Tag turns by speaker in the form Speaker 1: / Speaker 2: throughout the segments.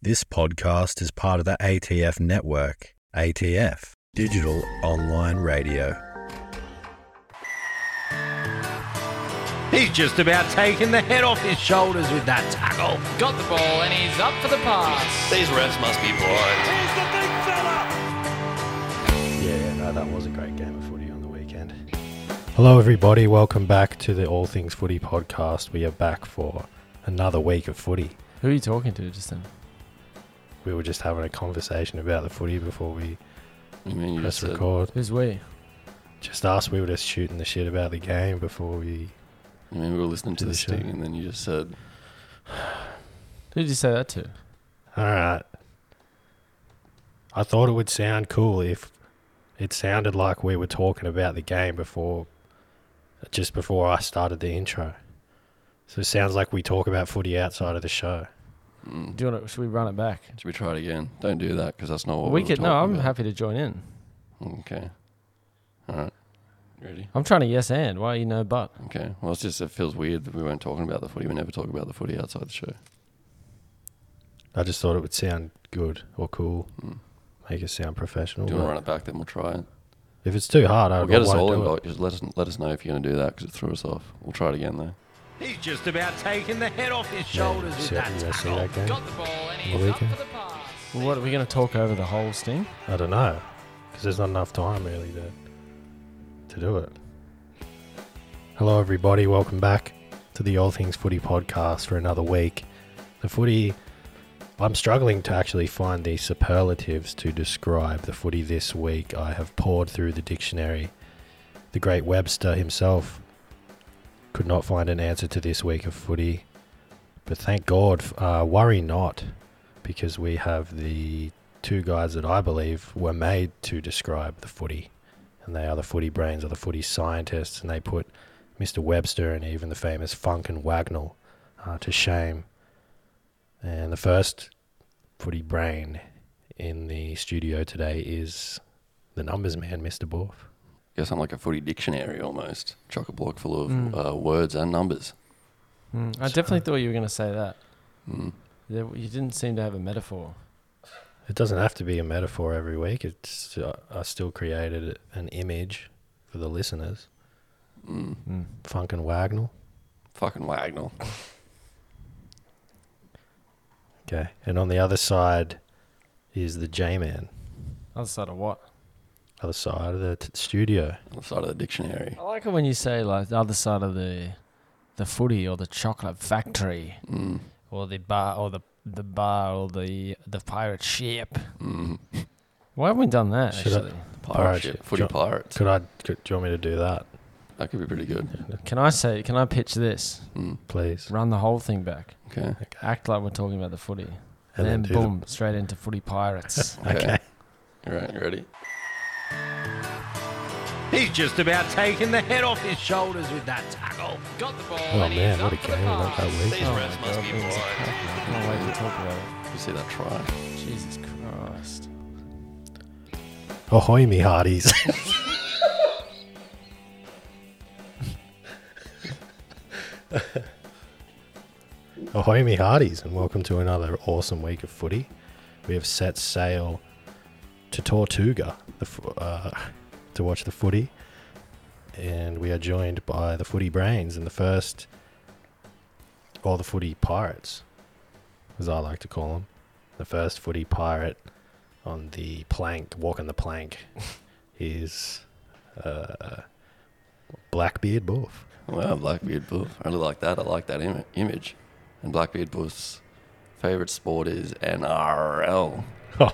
Speaker 1: This podcast is part of the ATF network, ATF, digital online radio.
Speaker 2: He's just about taking the head off his shoulders with that tackle.
Speaker 3: Got the ball and he's up for the pass.
Speaker 4: These refs must be blind.
Speaker 2: Yeah, no, that was a great game of footy on the weekend.
Speaker 5: Hello, everybody. Welcome back to the All Things Footy podcast. We are back for another week of footy.
Speaker 3: Who are you talking to just then?
Speaker 5: We were just having a conversation about the footy before we
Speaker 4: You mean you
Speaker 5: press
Speaker 4: just said,
Speaker 5: record.
Speaker 3: Who's we?
Speaker 5: Just us, we were just shooting the shit about the game before we.
Speaker 4: I mean, we were listening
Speaker 5: To
Speaker 4: to
Speaker 5: the
Speaker 4: this
Speaker 5: show.
Speaker 4: thing, and then you just said,
Speaker 3: Who did you say that to?
Speaker 5: All right. I thought it would sound cool if it sounded like we were talking about the game before, just before I started the intro. So it sounds like we talk about footy outside of the show.
Speaker 4: mm,
Speaker 3: Do you want to, should we run it back?
Speaker 4: "Should we try it again?" Don't do that because that's not what we,
Speaker 3: we
Speaker 4: were
Speaker 3: could. No, I'm
Speaker 4: talking about.
Speaker 3: happy to join in.
Speaker 4: Okay. All right. Ready?
Speaker 3: I'm trying to yes and. Why you no but?
Speaker 4: Okay. Well, it's just it feels weird that we weren't talking about the footy. We never talk about the footy outside the show.
Speaker 5: I just thought it would sound good or cool,
Speaker 4: Mm.
Speaker 5: make it sound professional.
Speaker 4: Do you want
Speaker 5: but-
Speaker 4: to run it back? Then we'll try it.
Speaker 5: If it's too hard, I
Speaker 4: We'll
Speaker 5: would
Speaker 4: get us
Speaker 5: won't
Speaker 4: all
Speaker 5: do
Speaker 4: involved.
Speaker 5: it.
Speaker 4: Just let us let us know if you're going to do that because it threw us off. We'll try it again though.
Speaker 2: He's just about taking the head off his
Speaker 5: Yeah,
Speaker 2: shoulders with
Speaker 5: see-
Speaker 2: that
Speaker 5: yeah, see
Speaker 2: tackle.
Speaker 5: that game?
Speaker 3: the ball and
Speaker 5: he's Well, we up can- for
Speaker 3: the pass. Well, what are we going to talk over the whole sting?
Speaker 5: I don't know, because there's not enough time really to to do it. Hello, everybody. Welcome back to the All Things Footy podcast for another week. The footy. I'm struggling to actually find the superlatives to describe the footy this week. I have poured through the dictionary. The great Webster himself could not find an answer to this week of footy. But thank God, uh, worry not, because we have the two guys that I believe were made to describe the footy. And they are the footy brains or the footy scientists. And they put Mr. Webster and even the famous Funk and Wagnall uh, to shame. And the first footy brain in the studio today is the numbers man, Mr. Borf.
Speaker 4: Guess I'm like a footy dictionary almost, chock a block full of
Speaker 3: Mm.
Speaker 4: uh, words and numbers.
Speaker 3: Hmm, I definitely thought you were going to say that.
Speaker 4: Mm.
Speaker 3: There, you didn't seem to have a metaphor.
Speaker 5: It doesn't have to be a metaphor every week. It's uh, I still created an image for the listeners.
Speaker 4: Mm.
Speaker 3: Mm.
Speaker 5: Funk and Wagnall.
Speaker 4: Fucking Wagnall.
Speaker 5: Okay. And on the other side is the J Man.
Speaker 3: Other side of what?
Speaker 5: Other side of the t- studio.
Speaker 4: On the side of the dictionary.
Speaker 3: I like it when you say like the other side of the, the footy or the chocolate factory
Speaker 4: Mm.
Speaker 3: or the bar or the the bar or the the pirate ship.
Speaker 4: Mm.
Speaker 3: Why haven't we done that?
Speaker 5: Should I-
Speaker 3: actually?
Speaker 4: Pirate ship.
Speaker 5: ship.
Speaker 4: Footy
Speaker 5: Jo-
Speaker 4: pirates.
Speaker 5: Could I? Could, do you want me to do that,
Speaker 4: That could be pretty good.
Speaker 3: Can I say? Can I pitch this?
Speaker 4: Mm.
Speaker 5: please?
Speaker 3: Run the whole thing back.
Speaker 4: Okay.
Speaker 3: Act like we're talking about the footy, and then,
Speaker 5: then do the-
Speaker 3: boom, straight into footy pirates.
Speaker 4: Okay.
Speaker 5: Okay.
Speaker 4: All right. You ready?
Speaker 2: He's just about taking the head off his shoulders with that tackle.
Speaker 3: Got the ball.
Speaker 5: Oh man, what a game we got that week.
Speaker 3: Oh
Speaker 4: These refs must be blind.
Speaker 3: can't wait to talk about it.
Speaker 4: You see that try?
Speaker 3: Jesus Christ.
Speaker 5: Ahoy, me hearties. Ahoy, me hearties, and welcome to another awesome week of footy. We have set sail to Tortuga the, fo- uh, to watch the footy, and we are joined by the footy brains and the first, or the footy pirates, as I like to call them, the first footy pirate on the plank, walking the plank, is uh, Blackbeard Borf.
Speaker 4: Wow, Blackbeard Buff. I really like that. I like that Im- image. And Blackbeard Buff's favorite sport is NRL.
Speaker 3: Mm.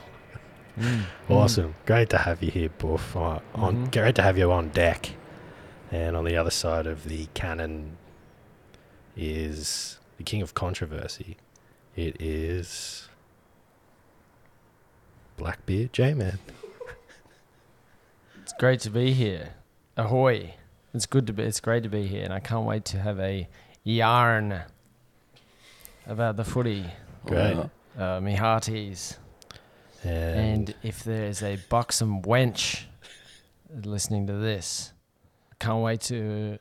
Speaker 3: Hmm.
Speaker 5: Awesome. Great to have you here, Borf. Uh, on,
Speaker 3: Mhm.
Speaker 5: Great to have you on deck. And on the other side of the cannon is the king of controversy. It is Blackbeard J Man.
Speaker 3: It's great to be here. Ahoy. It's good to be it's great to be here and I can't wait to have a yarn about the footy,
Speaker 5: Great.
Speaker 4: Wow.
Speaker 3: uh, me hearties.
Speaker 5: And,
Speaker 3: And if there's a buxom wench listening to this, I can't wait to.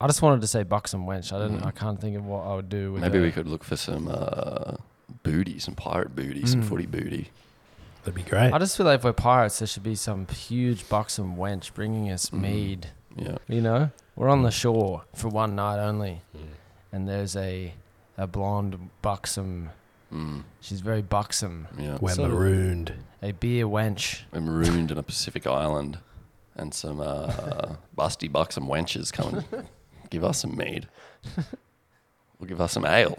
Speaker 3: I just wanted to say buxom wench. I didn't. I can't think of what I would do. With
Speaker 4: Maybe
Speaker 3: a-
Speaker 4: we could look for some uh, booty, some pirate booty, some footy booty.
Speaker 5: That'd be great.
Speaker 3: I just feel like if we're pirates, there should be some huge buxom wench bringing us mead.
Speaker 4: Yeah.
Speaker 3: You know, we're on the shore for one night only, and there's a a blonde buxom.
Speaker 4: Mm.
Speaker 3: She's very buxom,
Speaker 4: Yeah.
Speaker 5: We're
Speaker 3: sort of-
Speaker 5: marooned.
Speaker 3: a beer wench.
Speaker 4: We're marooned in a Pacific island, and some uh, busty bucks and wenches come and give us some mead. We'll give us some ale.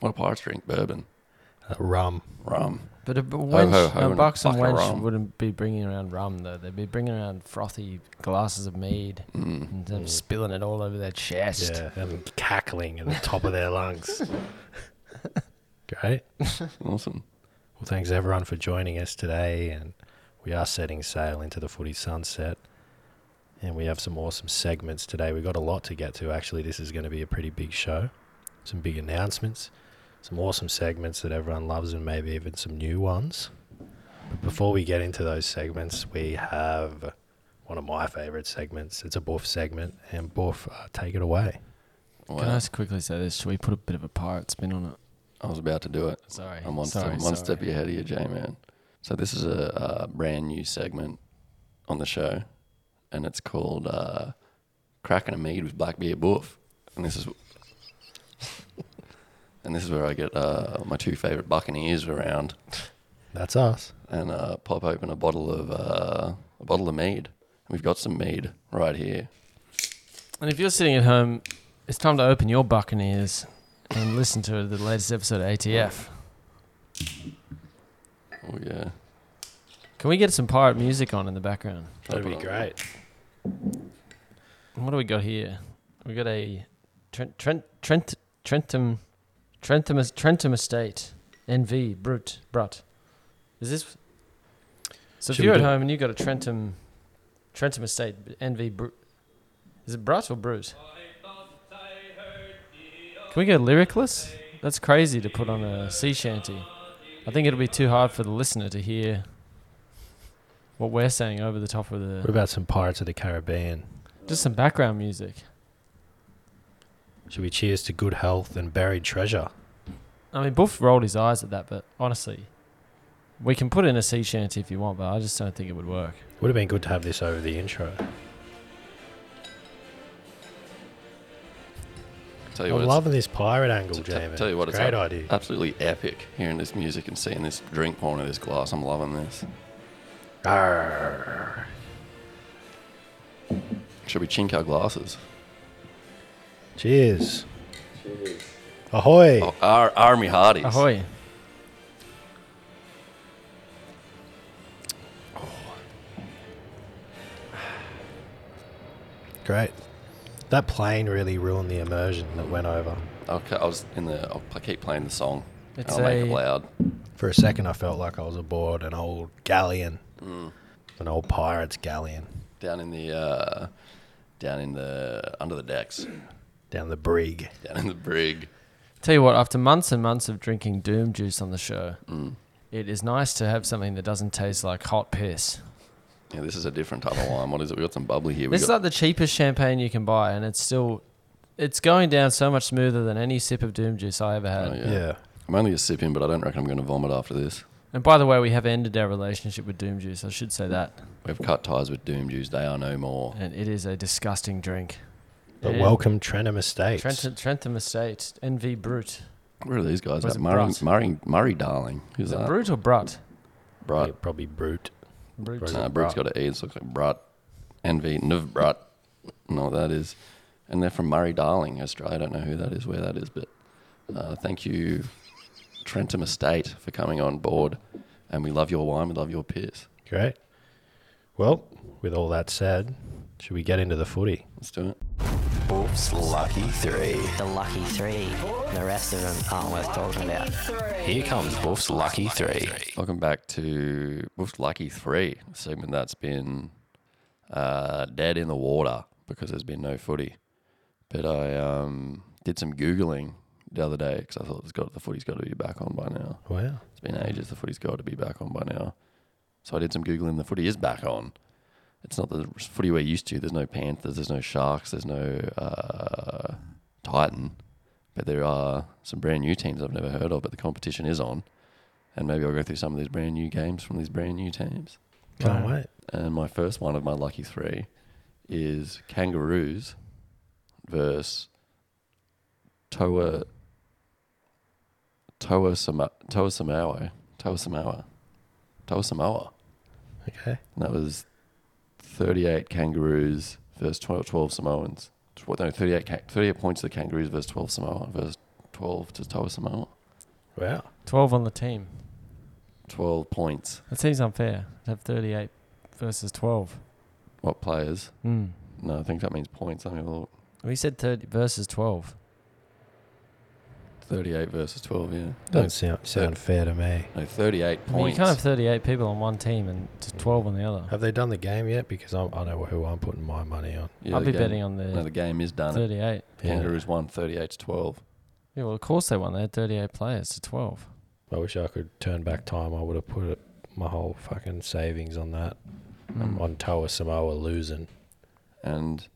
Speaker 4: What a pirates drink? Bourbon,
Speaker 5: Uh, rum.
Speaker 4: rum.
Speaker 3: But a, b- wench,
Speaker 4: ho, ho,
Speaker 3: a
Speaker 4: Oh, and
Speaker 3: buxom
Speaker 4: fuck a
Speaker 3: wench
Speaker 4: rum.
Speaker 3: wouldn't be bringing around rum though. They'd be bringing around frothy glasses of mead
Speaker 4: Mm.
Speaker 3: and them spilling it all over their chest.
Speaker 5: Yeah, and cackling at the top of their lungs. Great.
Speaker 4: Awesome.
Speaker 5: Well, thanks everyone for joining us today, and we are setting sail into the footy sunset. And we have some awesome segments today. We've got a lot to get to. Actually, this is going to be a pretty big show. Some big announcements, some awesome segments that everyone loves, and maybe even some new ones. But before we get into those segments, we have one of my favorite segments. It's a Boof segment, and Boof, uh, take it away.
Speaker 4: Wow.
Speaker 3: Can I just quickly say this? Should we put a bit of a pirate spin on it?
Speaker 4: I was about to do it.
Speaker 3: Sorry.
Speaker 4: I'm one,
Speaker 3: sorry,
Speaker 4: step, one
Speaker 3: sorry.
Speaker 4: step ahead of you, J Man. So, this is a, uh brand new segment on the show, and it's called uh, Cracking a Mead with Blackbeard Boof. And this is. And this is where I get uh, my two favorite Buccaneers around
Speaker 5: That's us.
Speaker 4: and uh, pop open a bottle of uh, a bottle of mead. We've got some mead right here.
Speaker 3: And if you're sitting at home, it's time to open your Buccaneers and listen to the latest episode of ATF.
Speaker 4: Oh yeah,
Speaker 3: Can we get some pirate music on in the background?
Speaker 5: That'd be great.
Speaker 3: And What do we got here? We got a Trent Trent Trent Trentum Trentum Trentum Estate NV Brut Brut. Is this?
Speaker 5: Should
Speaker 3: So if
Speaker 5: we
Speaker 3: you're at
Speaker 5: do it?
Speaker 3: hone and you got a Trentum Trentum Estate NV Brut, is it Brut or Brut? Can we go lyricless? That's crazy to put on a sea shanty. I think it'll be too hard for the listener to hear what we're saying over the top of
Speaker 5: What
Speaker 3: the
Speaker 5: about some Pirates of the Caribbean?
Speaker 3: just some background music.
Speaker 5: Should we cheers to good health and buried treasure?
Speaker 3: I mean, Buff rolled his eyes at that, but honestly, we can put in a sea shanty if you want, but I just don't think it would work.
Speaker 5: Would have been good to have this over the intro.
Speaker 4: Tell you
Speaker 5: I'm
Speaker 4: what,
Speaker 5: loving this pirate angle,
Speaker 4: it's, t-
Speaker 5: Jamie.
Speaker 4: tell you what, it's Uh,
Speaker 5: great
Speaker 4: ab-
Speaker 5: idea.
Speaker 4: absolutely epic hearing this music and seeing this drink pouring into this glass. I'm loving this.
Speaker 5: Arr.
Speaker 4: Should we chink our glasses?
Speaker 5: Cheers. Cheers. Ahoy.
Speaker 4: Oh, our army hardies.
Speaker 3: Ahoy.
Speaker 5: Great. That plane really ruined the immersion that went over.
Speaker 4: I'll, ca- I was in the. I'll pl- keep playing the song. and
Speaker 3: It's
Speaker 4: I'll make it
Speaker 3: a-
Speaker 4: loud.
Speaker 5: For a second, I felt like I was aboard an old galleon,
Speaker 4: Mm.
Speaker 5: an old pirate's galleon
Speaker 4: Down in the. Uh, down in the under the decks.
Speaker 5: down the brig.
Speaker 4: Down in the brig.
Speaker 3: Tell you what, after months and months of drinking doom juice on the show,
Speaker 4: Mm.
Speaker 3: it is nice to have something that doesn't taste like hot piss.
Speaker 4: Yeah, this is a different type of wine. What is it? We got some bubbly here. We
Speaker 3: This is
Speaker 4: got,
Speaker 3: like the cheapest champagne you can buy, and it's still, it's going down so much smoother than any sip of doom juice I ever had.
Speaker 4: Oh, yeah. I'm only a sip in, but I don't reckon I'm going to vomit after this.
Speaker 3: And by the way, we have ended our relationship with doom juice. I should say that,
Speaker 4: We've cut ties with Doom Jews. They are no more.
Speaker 3: and it is a disgusting drink.
Speaker 5: But
Speaker 3: Yeah.
Speaker 5: welcome Trentham Estates.
Speaker 3: Trenton, Trentham Estate, NV Brute.
Speaker 4: Where are these guys?
Speaker 3: Was
Speaker 4: at?
Speaker 3: it
Speaker 4: Murray,
Speaker 3: Brut?
Speaker 4: Murray, Murray, darling. Who's
Speaker 3: Is it
Speaker 4: that?
Speaker 3: Brute or Brut?
Speaker 5: Yeah,
Speaker 4: Brut.
Speaker 5: probably brute.
Speaker 3: Brute.
Speaker 5: Brute.
Speaker 4: Nah, Brut's got an E. It looks like Brut. NV, Niv Brut. No, that is. And they're from Murray, darling, Australia. I don't know who that is, where that is, but uh, thank you, Trentham Estate, for coming on board. And we love your wine. We love your piss.
Speaker 5: Great. Well, with all that said, should we get into the footy?
Speaker 4: Let's do it.
Speaker 6: Oops, lucky three.
Speaker 7: the lucky three. The rest of them aren't worth talking about.
Speaker 6: Here comes Wolf's lucky three.
Speaker 4: Welcome back to Wolf's Lucky Three, a segment that's been uh, dead in the water because there's been no footy. But I um, did some googling the other day because I thought it's got the footy's got to be back on by now.
Speaker 5: Wow.
Speaker 4: It's been ages. The footy's got to be back on by now. So I did some googling. The footy is back on. It's not the footy we're used to. There's no Panthers. There's no Sharks. There's no uh, Titan. But there are some brand new teams I've never heard of, but the competition is on. And maybe I'll go through some of these brand new games from these brand new teams.
Speaker 5: Can't
Speaker 3: Wow.
Speaker 5: wait.
Speaker 4: And my first one of my lucky three is Kangaroos versus Toa Toa Sama, Toa Samawa. Toa Samawa. Toa Samoa.
Speaker 5: Okay.
Speaker 4: And that was 38 Kangaroos versus 12, 12 Samoans. Tw- No, 38, Ka- 38 points to the Kangaroos versus 12 Samoa versus 12 to Toa Samoa.
Speaker 5: Wow.
Speaker 3: 12 on the team.
Speaker 4: 12 points.
Speaker 3: That seems unfair. To have 38 versus 12.
Speaker 4: What players?
Speaker 3: Hmm.
Speaker 4: No, I think that means points. I mean,
Speaker 3: We said 30 versus 12.
Speaker 4: 38 versus 12, yeah. No,
Speaker 5: Doesn't sound, sound fair to me.
Speaker 4: no 38
Speaker 3: I mean, you
Speaker 4: points.
Speaker 3: can't have 38 people on one team and t- 12 on the other.
Speaker 5: Have they done the game yet? Because I'm, I know who I'm putting my money on.
Speaker 4: Yeah,
Speaker 3: I'll
Speaker 4: the
Speaker 3: be
Speaker 4: game-
Speaker 3: betting on the
Speaker 4: No, the game is done.
Speaker 3: 38.
Speaker 4: Kangaroos won 38 to 12.
Speaker 3: Yeah, well, of course they won. They had 38 players to 12.
Speaker 5: I wish I could turn back time. I would have put it, my whole fucking savings on that.
Speaker 3: Hmm.
Speaker 5: I'm
Speaker 3: Mm.
Speaker 5: on Toa Samoa losing.
Speaker 4: And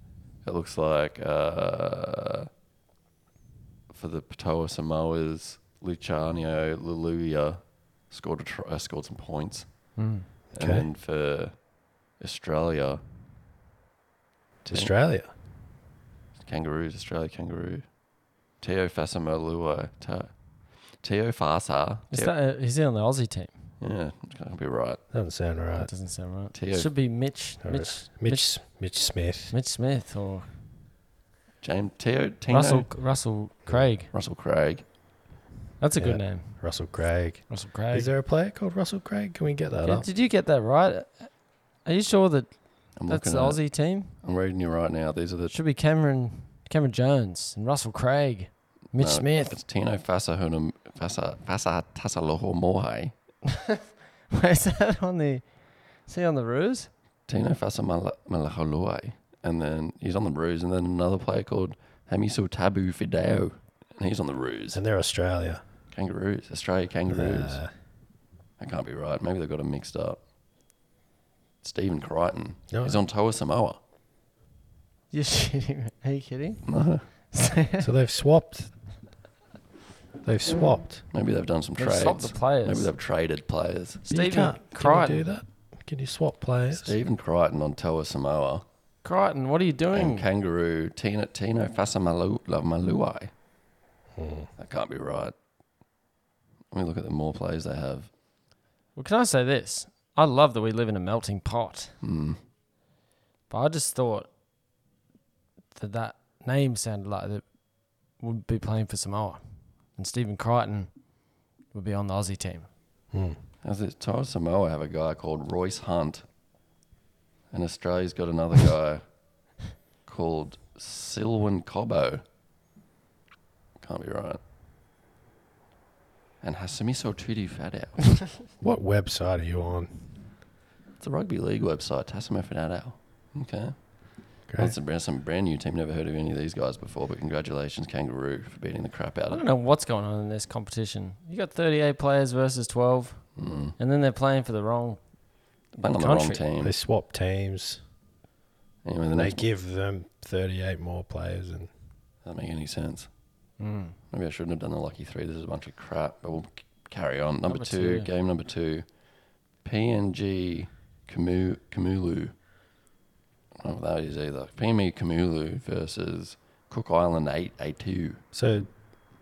Speaker 4: it looks like uh, for the Patoa Samoas, Luciano Luluia scored, a try, uh, scored some points.
Speaker 3: Mm.
Speaker 4: And
Speaker 5: Okay.
Speaker 4: then for Australia,
Speaker 5: It's Australia.
Speaker 4: Kangaroos, Australia Kangaroo, Teo Fasamalua, Ta- Teo Fasa.
Speaker 3: Is
Speaker 4: Teo-
Speaker 3: that, uh, he's on the Aussie team.
Speaker 4: yeah, I'll be right.
Speaker 5: Doesn't sound
Speaker 3: That
Speaker 5: right.
Speaker 3: doesn't sound right.
Speaker 4: Teo-
Speaker 3: Should be Mitch,
Speaker 5: Alright.
Speaker 3: Mitch, Mitch,
Speaker 5: Mitch Mitch Smith.
Speaker 3: Mitch Smith or
Speaker 4: James Teo Tino,
Speaker 3: Russell Russell Craig.
Speaker 4: Russell Craig.
Speaker 3: That's a good
Speaker 5: Yeah.
Speaker 3: name,
Speaker 5: Russell Craig.
Speaker 3: Russell Craig.
Speaker 5: Is there a player called Russell Craig? Can we get that
Speaker 3: Did-
Speaker 5: up?
Speaker 3: Did you get that right? Are you sure that
Speaker 4: I'm
Speaker 3: that's the
Speaker 4: looking at it.
Speaker 3: Aussie team?
Speaker 4: I'm reading you right now. These are the
Speaker 3: It should be Cameron Cameron Jones and Russell Craig, Mitch
Speaker 4: No,
Speaker 3: Smith.
Speaker 4: uh, It's Tino Fasahunum Fasa Fasa Tasaloho Mohe.
Speaker 3: Is that on the? See on the ruse?
Speaker 4: Tino Fasa Malaholoi. And then he's on the ruse. And then another player called Hamisu Tabu Fideo. And he's on the ruse.
Speaker 5: And they're Australia.
Speaker 4: Kangaroos. Australia Kangaroos.
Speaker 5: Uh,
Speaker 4: That can't be right. Maybe they got them mixed up. Stephen Crichton.
Speaker 5: No.
Speaker 4: He's on Toa Samoa.
Speaker 3: You're shitting. me. Are you kidding?
Speaker 4: No.
Speaker 5: so they've swapped. They've swapped.
Speaker 4: Maybe they've done some
Speaker 3: They've
Speaker 4: trades.
Speaker 3: swapped the players.
Speaker 4: Maybe they've traded players.
Speaker 5: you
Speaker 3: Stephen
Speaker 5: can't, Can you do
Speaker 3: Crichton.
Speaker 5: that? Can you swap players?
Speaker 4: Stephen Crichton on Toa Samoa.
Speaker 3: Crichton, what are you
Speaker 4: And
Speaker 3: doing?
Speaker 4: Kangaroo Tino Tino Fasamaluai. That can't be right. Let me look at the more players they have.
Speaker 3: Well, can I say this? I love that we live in a melting pot.
Speaker 4: Hmm.
Speaker 3: But I just thought that that name sounded like that would be playing for Samoa, and Stephen Crichton would be on the Aussie team.
Speaker 4: How's it? Toa Samoa have a guy called Royce Hunt, and Australia's got another guy called Silwan Cobbo. Can't be right. And Hasumiso Tutu Fadao.
Speaker 5: What website are you on?
Speaker 4: it's a rugby league website, Hasumo Fadao. Okay.
Speaker 5: Great.
Speaker 4: That's a brand, some brand new team. Never heard of any of these guys before, but congratulations, Kangaroo, for beating the crap out
Speaker 3: I
Speaker 4: of
Speaker 3: don't
Speaker 4: it.
Speaker 3: know what's going on in this competition. You got 38 players versus 12, and then they're playing for the wrong.
Speaker 4: Playing Mm. on the wrong
Speaker 3: Country.
Speaker 4: team.
Speaker 5: They swap teams.
Speaker 4: Anyway, the
Speaker 5: They
Speaker 4: next
Speaker 5: give them 38 more players, and
Speaker 4: Doesn't make any sense. Maybe I shouldn't have done the lucky three. This is a bunch of crap, but we'll c- carry on. Number,
Speaker 3: Number two.
Speaker 4: two, game number two, PNG Kamu, Kamulu. I don't know what that is either. PME Kamulu versus Cook Island 8 A2.
Speaker 5: so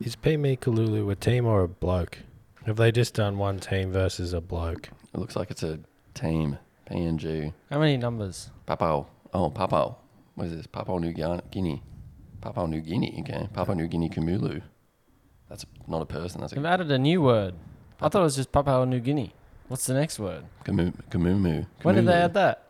Speaker 5: is Pimi Kalulu a team or a bloke? Have they just done one team versus a bloke?
Speaker 4: It looks like it's a team. PNG.
Speaker 3: How many numbers?
Speaker 4: Papau. Oh, Papau. What is this? Papua New Guin- Guinea. Papua New Guinea. Okay. Papua New Guinea Kamulu. That's not a person. That's a
Speaker 3: They've added a new word. I thought it was just Papua New Guinea. What's the next word?
Speaker 4: Kamu, Kamumu.
Speaker 3: When did they
Speaker 4: Kamulu.
Speaker 3: add that?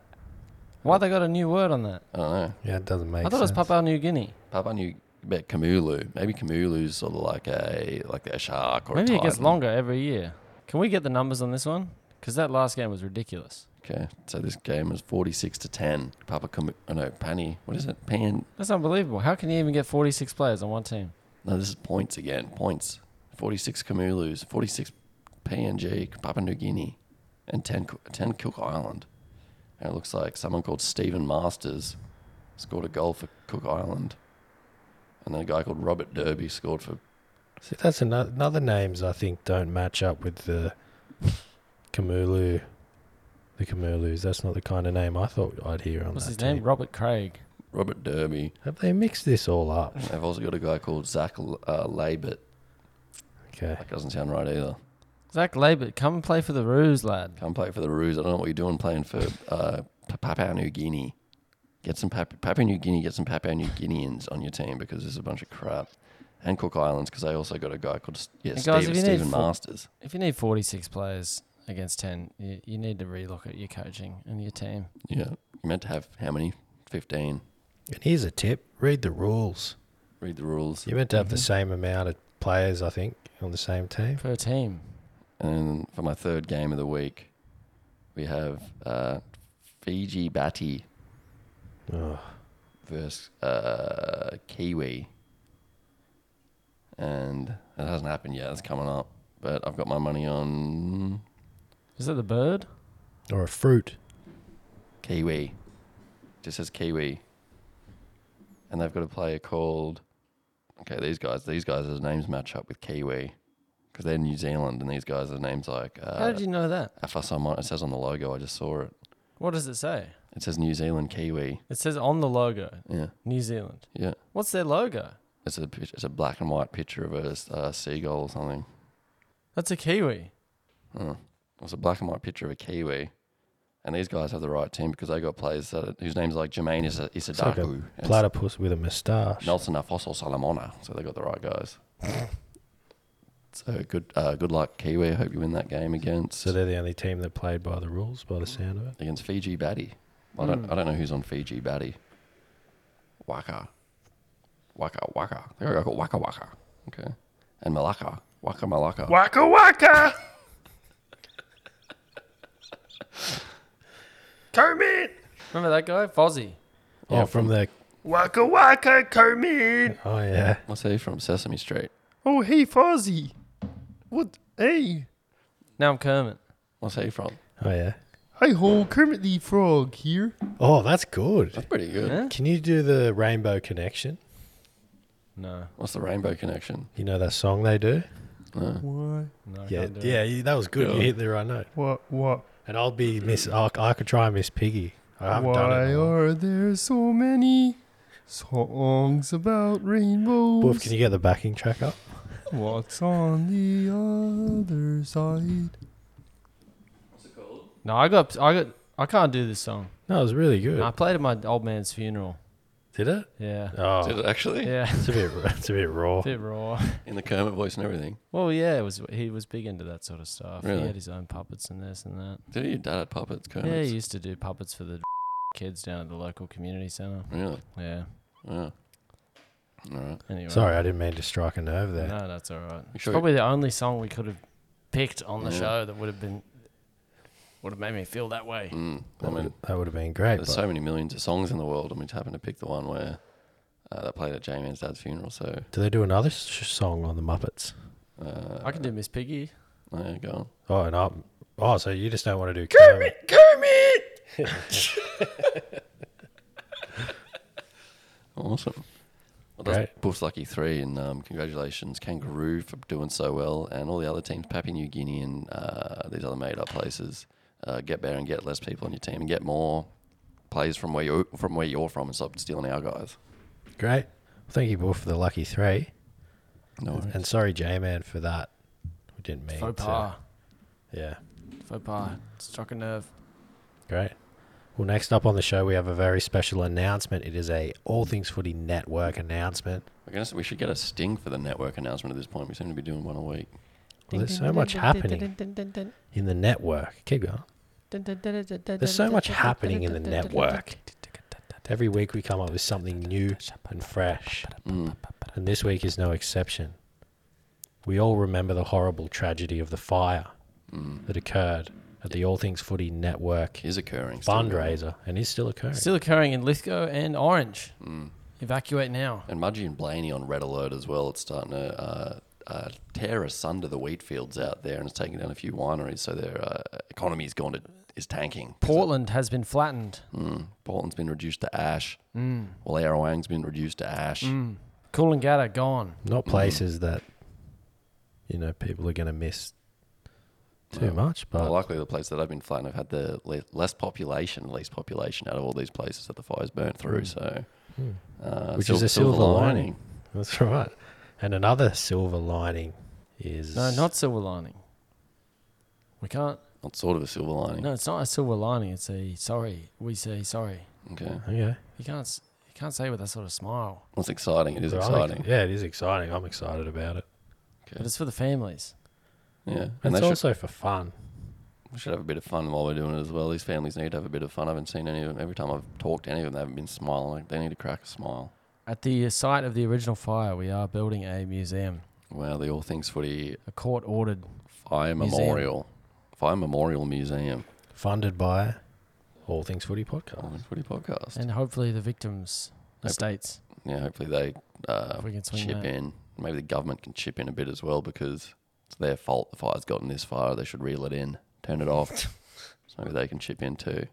Speaker 3: Why they got a new word on that?
Speaker 4: I don't know.
Speaker 5: Yeah, it doesn't make
Speaker 3: I thought it was
Speaker 5: sense.
Speaker 3: Papua New Guinea.
Speaker 4: Papua New about Kamulu. Maybe Kamulu's sort of like a like a shark or
Speaker 3: Maybe
Speaker 4: a
Speaker 3: it gets
Speaker 4: titan.
Speaker 3: longer every year. Can we get the numbers on this one? Because that last game was ridiculous.
Speaker 4: Okay, so this game is forty six to ten. Papa Kamu, oh no, Pani. What is it? Pan?
Speaker 3: That's unbelievable. How can you even get 46 players on one team?
Speaker 4: No, this is points again. Points. Forty six Kamulus. Forty six PNG. Papua New Guinea, and 10, Cook- 10 Cook Island. And it looks like someone called Stephen Masters scored a goal for Cook Island. And then a guy called Robert Derby scored for.
Speaker 5: See, that's another, another names I think don't match up with the Kamulu. The Kamulus. That's not the kind of name I thought I'd hear on
Speaker 3: What's
Speaker 5: that
Speaker 3: his name?
Speaker 5: team.
Speaker 3: Robert Craig.
Speaker 4: Robert Derby.
Speaker 5: Have they mixed this all up?
Speaker 4: They've also got a guy called Zach L- uh, Labert.
Speaker 5: Okay.
Speaker 4: That doesn't sound right either.
Speaker 3: Zach Labert, come and play for the Ruse, lad.
Speaker 4: Come play for the Roos. I don't know what you're doing playing for uh, P- Papua New Guinea. Get some Pap- Papua New Guinea. Get some Papua New Guineans on your team because there's a bunch of crap. And Cook Islands because they also got a guy called S- yeah,
Speaker 3: Hey, guys, if
Speaker 4: Steve,
Speaker 3: you need
Speaker 4: Stephen
Speaker 3: four-
Speaker 4: Masters.
Speaker 3: If you need 46 players against 10, you, you need to relook at your coaching and your team.
Speaker 4: Yeah, you meant to have how many? Fifteen.
Speaker 5: And here's a tip read the rules.
Speaker 4: Read the rules.
Speaker 5: You're meant to have the same amount of players, I think, on the same team.
Speaker 3: Per team.
Speaker 4: And for my third game of the week, we have uh, Fiji Batty
Speaker 5: Oh,
Speaker 4: versus uh, Kiwi. And that hasn't happened yet. It's coming up. But I've got my money on
Speaker 3: Is it the bird?
Speaker 5: or a fruit.
Speaker 4: Kiwi. Just says Kiwi. And they've got a player called. Okay, these guys, these guys' names match up with Kiwi because they're New Zealand, and these guys' are names like. Uh,
Speaker 3: How did you know that?
Speaker 4: Afasama- it says on the logo. I just saw it.
Speaker 3: What does it say?
Speaker 4: It says New Zealand Kiwi.
Speaker 3: It says on the logo,
Speaker 4: Yeah,
Speaker 3: New Zealand.
Speaker 4: yeah.
Speaker 3: What's their logo?
Speaker 4: It's a pic- it's a black and white picture of a uh, seagull or something.
Speaker 3: That's a Kiwi.
Speaker 4: Oh. It's a black and white picture of a Kiwi. And these guys have the right team because they got players that, whose names are like Jermaine Issa-
Speaker 5: It's like a
Speaker 4: Isadaku, and
Speaker 5: platypus with a moustache.
Speaker 4: Nelson Afoso Salamona. So they got the right guys. so good uh, good luck, Kiwi. I hope you win that game against
Speaker 5: So they're the only team that played by the rules, by the sound of it.
Speaker 4: against Fiji Batty. I don't
Speaker 3: Hmm.
Speaker 4: I don't know who's on Fiji Batty. Waka. Waka Waka. There we go. got Waka Waka. Okay. And Malaka. Waka Malaka.
Speaker 2: Waka waka. Kermit.
Speaker 3: Remember that guy? Fozzie.
Speaker 5: oh, from, the.
Speaker 2: Waka waka Kermit.
Speaker 5: Oh, yeah.
Speaker 4: What's he from? Sesame Street.
Speaker 2: Oh hey Fozzie. What? Hey.
Speaker 3: Now I'm Kermit.
Speaker 4: What's he from?
Speaker 5: Oh, yeah.
Speaker 2: Hey ho, Kermit the Frog here.
Speaker 5: Oh, that's good.
Speaker 4: That's pretty good.
Speaker 3: Yeah?
Speaker 5: Can you do the rainbow connection?
Speaker 3: No.
Speaker 4: What's the rainbow connection?
Speaker 5: You know that song they do?
Speaker 2: What?
Speaker 3: No. I
Speaker 5: Yeah,
Speaker 3: can't do it.
Speaker 5: yeah, you- that was good. You
Speaker 4: Yeah.
Speaker 5: hit the right note.
Speaker 2: What? What?
Speaker 5: And I'll be Miss. I, I could try Miss Piggy. I haven't done it.
Speaker 2: Why
Speaker 5: in a while.
Speaker 2: are there so many songs about rainbows?
Speaker 5: Wolf, can you get the backing track up?
Speaker 2: What's on the other side?
Speaker 3: No, I got, I got, I can't do this song.
Speaker 5: No, it was really good.
Speaker 3: I played at my old man's funeral.
Speaker 5: Did it?
Speaker 3: Yeah.
Speaker 5: Oh,
Speaker 4: Did it actually?
Speaker 3: Yeah.
Speaker 5: it's a bit. It's a bit raw.
Speaker 3: bit raw.
Speaker 4: In the Kermit voice and everything.
Speaker 3: Well, yeah, it was. He was big into that sort of stuff.
Speaker 4: Really?
Speaker 3: He had his own puppets and this and that.
Speaker 4: Did your dad had puppets, Kermit?
Speaker 3: Yeah, he used to do puppets for the kids down at the local community center.
Speaker 4: Really?
Speaker 3: Yeah.
Speaker 4: Yeah. All right.
Speaker 3: Anyway.
Speaker 5: Sorry, I didn't mean to strike a nerve there.
Speaker 3: No, that's all right.
Speaker 4: You sure-
Speaker 3: Probably the only song we could have picked on the
Speaker 4: Yeah.
Speaker 3: show that would have been would have made me feel that way.
Speaker 4: Mm. I
Speaker 5: That
Speaker 4: mean,
Speaker 5: would, that would have been great. But
Speaker 4: There's so many millions of songs in the world, and we just happened to pick the one where uh, that played at J Man's dad's funeral. So
Speaker 5: do they do another sh- song on the Muppets?
Speaker 4: uh,
Speaker 3: I can do Miss Piggy.
Speaker 4: yeah, go on.
Speaker 5: Oh, and i Oh, so you just don't want to do Kermit?
Speaker 4: Awesome. Well, that's
Speaker 5: Great.
Speaker 4: Buff's Lucky 3, and um, congratulations, Kangaroo, for doing so well, and all the other teams, Papua New Guinea and uh, these other made up places. Uh, get better and get less people on your team, and get more plays from where you from where you're from, and stop stealing our guys.
Speaker 5: Great. Thank you, Wolf, for the lucky three.
Speaker 4: No worries.
Speaker 5: And sorry, J-Man, for that. We didn't mean
Speaker 3: Faux
Speaker 5: to-
Speaker 3: pas.
Speaker 5: Yeah.
Speaker 3: Faux pas. Struck a nerve.
Speaker 5: Great. Well, next up on the show, we have a very special announcement. It is a All Things Footy Network announcement.
Speaker 4: I guess we should get a sting for the network announcement at this point. We seem to be doing one a week.
Speaker 5: Well, there's so much happening in the network. Keep going. There's so much happening in the network. Every week we come up with something new and fresh,
Speaker 4: Mm.
Speaker 5: and this week is no exception. We all remember the horrible tragedy of the fire
Speaker 4: Mm,
Speaker 5: that occurred at the All Things Footy Network
Speaker 4: Is occurring. still going on.
Speaker 5: fundraiser and is still occurring.
Speaker 3: Still occurring in Lithgow and Orange.
Speaker 4: Mm.
Speaker 3: Evacuate now.
Speaker 4: And Mudgee and Blaney on red alert as well. It's starting to uh, uh, tear asunder the wheat fields out there, and it's taking down a few wineries. So their uh, economy's gone to is Hmm. tanking.
Speaker 3: Portland has been flattened.
Speaker 4: Mm. Portland's been reduced to ash. Mm. Well, Arawang's been reduced to ash.
Speaker 3: Coolangatta gone.
Speaker 5: Not places that you know people are going to miss too
Speaker 4: Well,
Speaker 5: much, but
Speaker 4: Well, luckily, Hmm. the place that I've been flying have had the le- less population, least population out of all these places that the fires burnt through. So, uh,
Speaker 5: Mm. Which
Speaker 4: sil-
Speaker 5: is a silver lining. that's right. And another silver lining is
Speaker 3: No, not silver lining. We can't.
Speaker 4: Not sort of a silver lining.
Speaker 3: No, it's not a silver lining. It's a sorry. We say sorry.
Speaker 4: Okay,
Speaker 5: okay.
Speaker 3: You can't. s- You can't say with that sort of smile.
Speaker 4: that's exciting. It is
Speaker 5: Right.
Speaker 4: exciting.
Speaker 5: Yeah, it is exciting. I'm excited about it.
Speaker 3: But it's for the families.
Speaker 4: Yeah,
Speaker 5: And
Speaker 4: and they
Speaker 5: it's
Speaker 4: should,
Speaker 5: also for fun.
Speaker 4: we should have a bit of fun while we're doing it as well. These families need to have a bit of fun. I haven't seen any of them. Every time I've talked to any of them, they haven't been smiling. Like they need to crack a smile.
Speaker 3: At the site of the original fire, we are building a museum,
Speaker 4: Wow, the All Things Footy
Speaker 3: a court-ordered
Speaker 4: Fire
Speaker 3: Museum.
Speaker 4: Memorial, Fire Memorial Museum,
Speaker 5: Funded by All Things Footy
Speaker 4: All
Speaker 5: Podcast.
Speaker 4: Things Footy podcast.
Speaker 3: and hopefully the victims'
Speaker 4: Yep.
Speaker 3: estates.
Speaker 4: yeah, hopefully they uh,
Speaker 3: If we can swing
Speaker 4: chip
Speaker 3: that.
Speaker 4: in. Maybe the government can chip in a bit as well because it's their fault the fire's gotten this far. They should reel it in, turn it off. so maybe they can chip in too.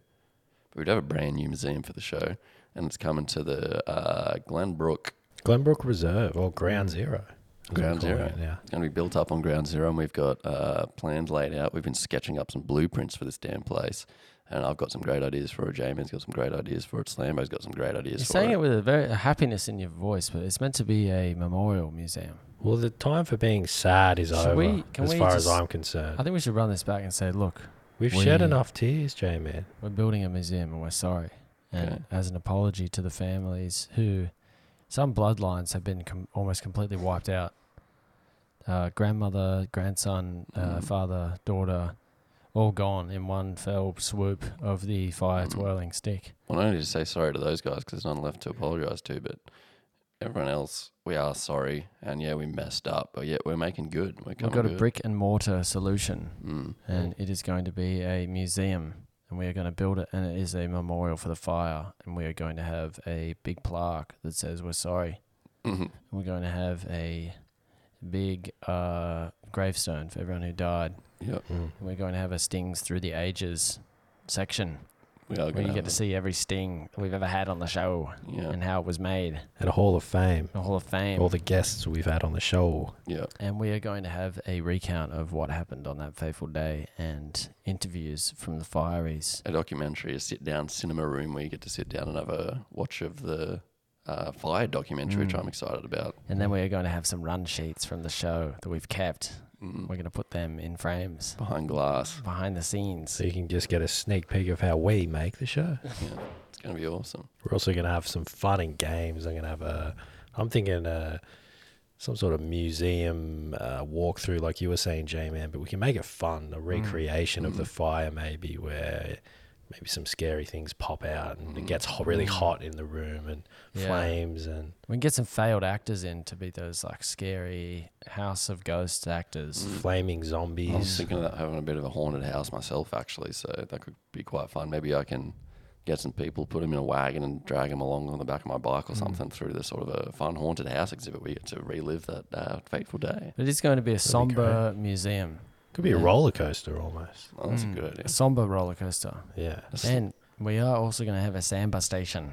Speaker 4: But we'd have a brand new museum for the show, and it's coming to the uh, Glenbrook.
Speaker 5: Glenbrook Reserve or
Speaker 3: Mm.
Speaker 5: Ground Zero. as we
Speaker 4: Ground
Speaker 5: call it
Speaker 4: Zero.
Speaker 5: now.
Speaker 4: It's going to be built up on Ground Zero, and we've got uh, plans laid out. We've been sketching up some blueprints for this damn place. And I've got some great ideas for it. Jamie's got some great ideas for it. Slambo's got some great ideas
Speaker 3: You're
Speaker 4: for
Speaker 3: saying it with a very a happiness in your voice, but it's meant to be a memorial museum.
Speaker 5: Well, the time for being sad is
Speaker 3: Should
Speaker 5: over,
Speaker 3: we- can
Speaker 5: as
Speaker 3: we
Speaker 5: far as
Speaker 3: just-
Speaker 5: I'm concerned.
Speaker 3: I think we should run this back and say, look,
Speaker 5: We've
Speaker 3: we-
Speaker 5: shed enough tears, J-Man.
Speaker 3: we're building a museum and we're sorry. And
Speaker 4: Okay.
Speaker 3: as an apology to the families who, some bloodlines have been com- almost completely wiped out. Uh, grandmother, grandson, uh,
Speaker 4: Mm.
Speaker 3: father, daughter, all gone in one fell swoop of the fire
Speaker 4: Mm.
Speaker 3: twirling stick.
Speaker 4: Well, not only to say sorry to those guys because there's none left to apologise to, but everyone else, we are sorry. And yeah, we messed up, but yet we're making good. We're
Speaker 3: We've
Speaker 4: coming
Speaker 3: got a
Speaker 4: good.
Speaker 3: brick and mortar solution,
Speaker 4: Mm.
Speaker 3: and it is going to be a museum, and we are going to build it, and it is a memorial for the fire, and we are going to have a big plaque that says we're sorry.
Speaker 4: Mhm.
Speaker 3: We're going to have a big uh, gravestone for everyone who died.
Speaker 4: Yep.
Speaker 5: Mm.
Speaker 3: We're going to have a stings through the ages section
Speaker 4: We are
Speaker 3: where
Speaker 4: going
Speaker 3: you get to see every sting we've ever had on the show
Speaker 4: Yeah.
Speaker 3: and how it was made.
Speaker 5: And a Hall of Fame.
Speaker 3: The Hall of Fame.
Speaker 5: All the guests we've had on the show.
Speaker 4: Yeah.
Speaker 3: and we are going to have a recount of what happened on that fateful day and interviews from the fireys.
Speaker 4: A documentary, a sit down cinema room where you get to sit down and have a watch of the uh, fire documentary, which
Speaker 3: Mm.
Speaker 4: I'm excited about.
Speaker 3: And then we are going to have some run sheets from the show that we've kept.
Speaker 4: Mm.
Speaker 3: We're going to put them in frames
Speaker 4: Behind glass.
Speaker 3: behind the scenes.
Speaker 5: So you can just get a sneak peek of how we make the show.
Speaker 4: It's going to be awesome.
Speaker 5: We're also going to have some fun and games. I'm going to have a, I'm thinking uh some sort of museum uh, walkthrough, like you were saying, J-Man. But we can make it fun, a recreation of the fire, maybe where maybe some scary things pop out and it gets ho- really hot in the room and
Speaker 3: Yeah.
Speaker 5: flames and
Speaker 3: We can get some failed actors in to be those like scary House of Ghosts actors.
Speaker 4: Mm.
Speaker 5: flaming
Speaker 4: I was
Speaker 5: zombies.
Speaker 4: thinking about having a bit of a haunted house myself, actually, so that could be quite fun. Maybe I can get some people, put them in a wagon, and drag them along on the back of my bike or something through the sort of a fun haunted house exhibit. We get to relive that uh, fateful day.
Speaker 3: But it is going to be a somber museum,
Speaker 5: Could be a roller coaster almost.
Speaker 4: Oh, that's a good idea.
Speaker 3: a somber roller coaster.
Speaker 5: Yeah.
Speaker 3: And we are also going to have a samba station.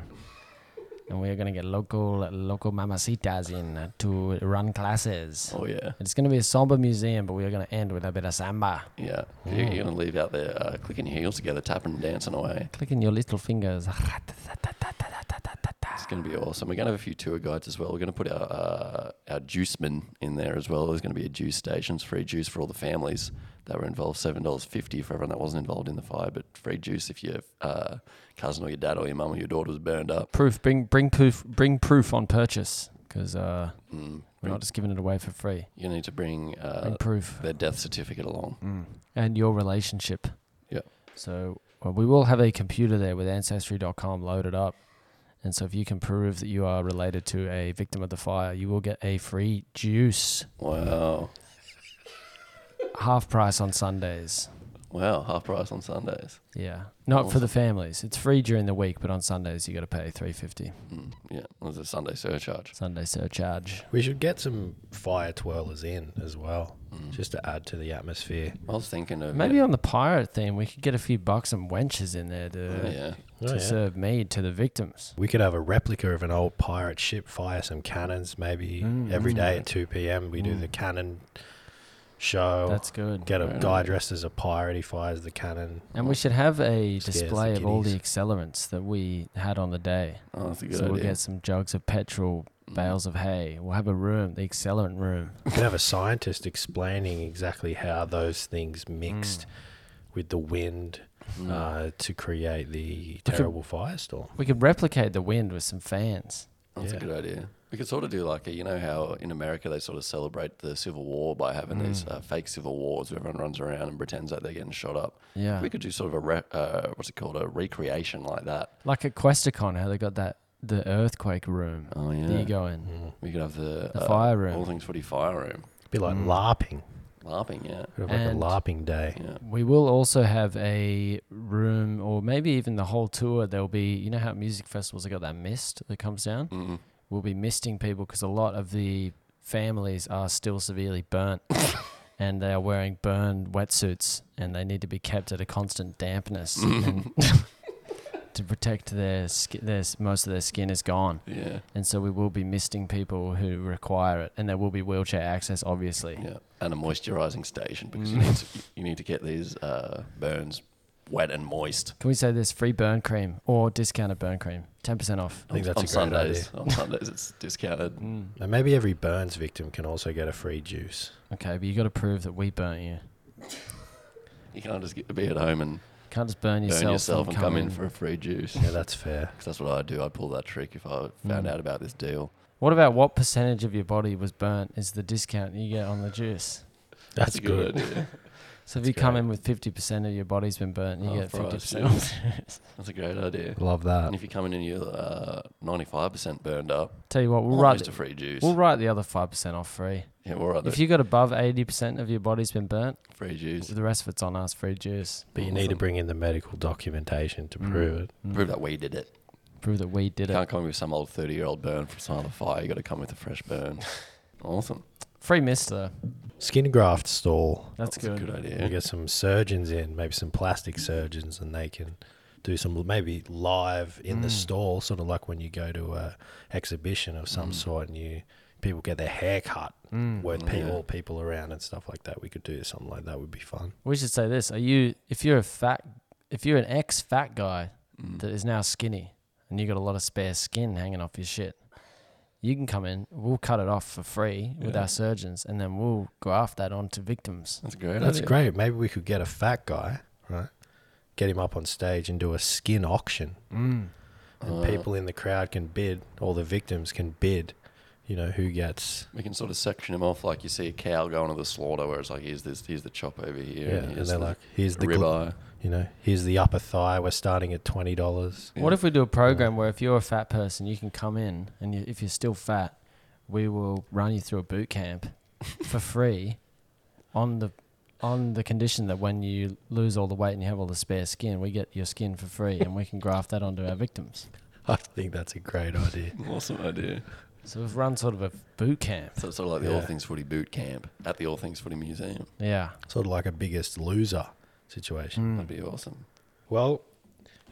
Speaker 3: And we are going to get local local mamacitas in to run classes.
Speaker 4: Oh yeah,
Speaker 3: It's going to be a somber museum, but we are going to end with a bit of samba.
Speaker 4: yeah. You're, you're gonna leave out there uh, clicking your heels together, tapping, and dancing away.
Speaker 3: Clicking your little fingers.
Speaker 4: It's gonna be awesome. We're gonna have a few tour guides as well. We're gonna put our uh, our juiceman in there as well. There's gonna be a juice station, It's free juice for all the families that were involved. Seven dollars fifty for everyone that wasn't involved in the fire, but free juice if your uh, cousin or your dad or your mum or your daughter was burned up.
Speaker 3: Proof. Bring bring proof. Bring proof on purchase because uh,
Speaker 4: Mm.
Speaker 3: we're not just giving it away for free.
Speaker 4: You're gonna need to bring
Speaker 3: Bring
Speaker 4: uh,
Speaker 3: proof.
Speaker 4: their death certificate along.
Speaker 3: and your relationship.
Speaker 4: Yeah.
Speaker 3: So well, we will have a computer there with ancestry.com loaded up. And so if you can prove that you are related to a victim of the fire, you will get a free juice.
Speaker 4: Wow.
Speaker 3: Half price on Sundays.
Speaker 4: Wow, half price on Sundays.
Speaker 3: Yeah, not for the families. It's free during the week, but on Sundays you got to pay three fifty.
Speaker 4: Mm, yeah, there's a Sunday surcharge.
Speaker 3: Sunday surcharge.
Speaker 5: We should get some fire twirlers in as well, just to add to the atmosphere.
Speaker 4: Mm. I was thinking of
Speaker 3: Maybe on the pirate theme, we could get a few bucks and wenches in there to,
Speaker 4: yeah,
Speaker 5: Oh,
Speaker 3: to
Speaker 5: yeah.
Speaker 3: serve mead to the victims.
Speaker 5: We could have a replica of an old pirate ship, fire some cannons maybe every day at 2 p.m. We do the cannon show.
Speaker 3: That's good.
Speaker 5: Oh, Get a guy dressed as a pirate, he fires the cannon.
Speaker 3: And we should have a
Speaker 5: Scares the
Speaker 3: display of all the
Speaker 5: kiddies.
Speaker 3: accelerants that we had on the day.
Speaker 4: oh, that's a good
Speaker 3: So we'll
Speaker 4: idea. Mm.
Speaker 3: get some jugs of petrol, bales of hay. We'll have a room, the accelerant room.
Speaker 5: We could have a scientist explaining exactly how those things mixed
Speaker 3: Mm.
Speaker 5: with the wind
Speaker 4: Mm.
Speaker 5: uh, to create the terrible firestorm.
Speaker 3: We could replicate the wind with some fans.
Speaker 4: That's a
Speaker 5: Yeah.
Speaker 4: good idea. We could sort of do like a, you know how in America they sort of celebrate the Civil War by having these uh, fake Civil Wars where everyone runs around and pretends that they're getting shot up.
Speaker 3: Yeah.
Speaker 4: We could do sort of a re- uh, what's it called a recreation like that.
Speaker 3: Like at Questacon, how they got that the earthquake room
Speaker 4: Oh yeah.
Speaker 3: that you go in.
Speaker 5: Mm.
Speaker 4: We could have the, uh,
Speaker 3: The fire room.
Speaker 4: All things footy fire room.
Speaker 5: be like LARPing.
Speaker 4: Laughing, yeah.
Speaker 5: Could have
Speaker 3: And-
Speaker 5: like a LARPing day.
Speaker 4: Yeah.
Speaker 3: We will also have a room, or maybe even the whole tour. There'll be, you know, how at music festivals they got that mist that comes down.
Speaker 4: Mm.
Speaker 3: We'll be misting people because a lot of the families are still severely burnt, and they are wearing burned wetsuits, and they need to be kept at a constant dampness and to protect their skin. Their s- most of their skin is gone,
Speaker 4: Yeah.
Speaker 3: and so we will be misting people who require it, and there will be wheelchair access, obviously.
Speaker 4: Yeah. And a moisturizing station because you, need to, you need to get these uh, burns wet and moist.
Speaker 3: Can we say this free burn cream or discounted burn cream? 10% off.
Speaker 5: I think that's a
Speaker 4: on
Speaker 5: great
Speaker 4: Sundays. On Sundays it's discounted.
Speaker 5: And maybe every Burns victim can also get a free juice.
Speaker 3: Okay, but you got to prove that we burnt you.
Speaker 4: You can't just get, be at home and
Speaker 3: Can't just burn yourself,
Speaker 4: burn yourself and come in for a free juice.
Speaker 5: Yeah, that's fair.
Speaker 4: Because that's what I'd do. I'd pull that trick if I found out about this deal.
Speaker 3: What about what percentage of your body was burnt is the discount you get on the juice?
Speaker 5: That's,
Speaker 4: a
Speaker 5: good.
Speaker 4: idea.
Speaker 3: So if you come in with 50% of your body's been burnt, you
Speaker 4: Oh,
Speaker 3: get
Speaker 4: Christ,
Speaker 3: 50%.
Speaker 4: yeah.
Speaker 3: off.
Speaker 4: That's a great idea.
Speaker 5: Love that.
Speaker 4: And if you come in and you're uh, 95% burned up,
Speaker 3: Tell you what, we'll
Speaker 4: I'll
Speaker 3: write,
Speaker 4: just a free juice.
Speaker 3: we'll write the other 5% off free.
Speaker 4: yeah, we'll write
Speaker 3: If
Speaker 4: the
Speaker 3: you got above 80% of your body's been burnt,
Speaker 4: free juice.
Speaker 3: the rest of it's on us, free juice.
Speaker 5: But you need to bring in the medical documentation
Speaker 3: Mm.
Speaker 5: to prove it.
Speaker 4: Prove that we did it.
Speaker 3: Prove that we did
Speaker 4: You
Speaker 3: it.
Speaker 4: can't come with some old 30 year old burn from Silent Fire. you got to come with a fresh burn. awesome.
Speaker 3: Free mist, though.
Speaker 5: Skin graft stall.
Speaker 3: That's,
Speaker 4: That's
Speaker 3: good.
Speaker 4: a good
Speaker 5: We
Speaker 4: idea.
Speaker 5: get some surgeons in, maybe some plastic surgeons, and they can do some maybe live in the stall, sort of like when you go to a exhibition of some sort and you people get their hair cut
Speaker 3: Mm.
Speaker 5: with people, people around and stuff like that. We could do something like that. Would be fun.
Speaker 3: We should say this: Are you if you're a fat, if you're an ex fat guy
Speaker 4: Mm.
Speaker 3: that is now skinny, and you got a lot of spare skin hanging off your shit, you can come in. We'll cut it off for free with our surgeons, and then we'll graft that onto victims.
Speaker 4: That's a great
Speaker 5: That's
Speaker 4: idea.
Speaker 5: great. Maybe we could get a fat guy, right? Get him up on stage and do a skin auction.
Speaker 4: Uh,
Speaker 5: And people in the crowd can bid, all the victims can bid, you know, who gets.
Speaker 4: We can sort of section them off like you see a cow going to the slaughter where it's like, here's this, here's the chop over here.
Speaker 5: Yeah, and
Speaker 4: here's
Speaker 5: they're
Speaker 4: the
Speaker 5: like, here's the gl-
Speaker 4: ribeye.
Speaker 5: you know, here's the upper thigh. We're starting at twenty dollars.
Speaker 3: What if we do a program where if you're a fat person, you can come in, and you, if you're still fat, we will run you through a boot camp for free, on the on the condition that when you lose all the weight and you have all the spare skin, we get your skin for free, and we can graft that onto our victims.
Speaker 5: I think that's a great idea.
Speaker 4: Awesome idea.
Speaker 3: So we've run sort of a boot camp.
Speaker 4: So it's sort of like the All
Speaker 5: Yeah.
Speaker 4: Things Footy boot camp at the All Things Footy Museum.
Speaker 3: Yeah.
Speaker 5: Sort of like a biggest loser situation.
Speaker 3: Hmm.
Speaker 4: That'd be awesome.
Speaker 5: Well,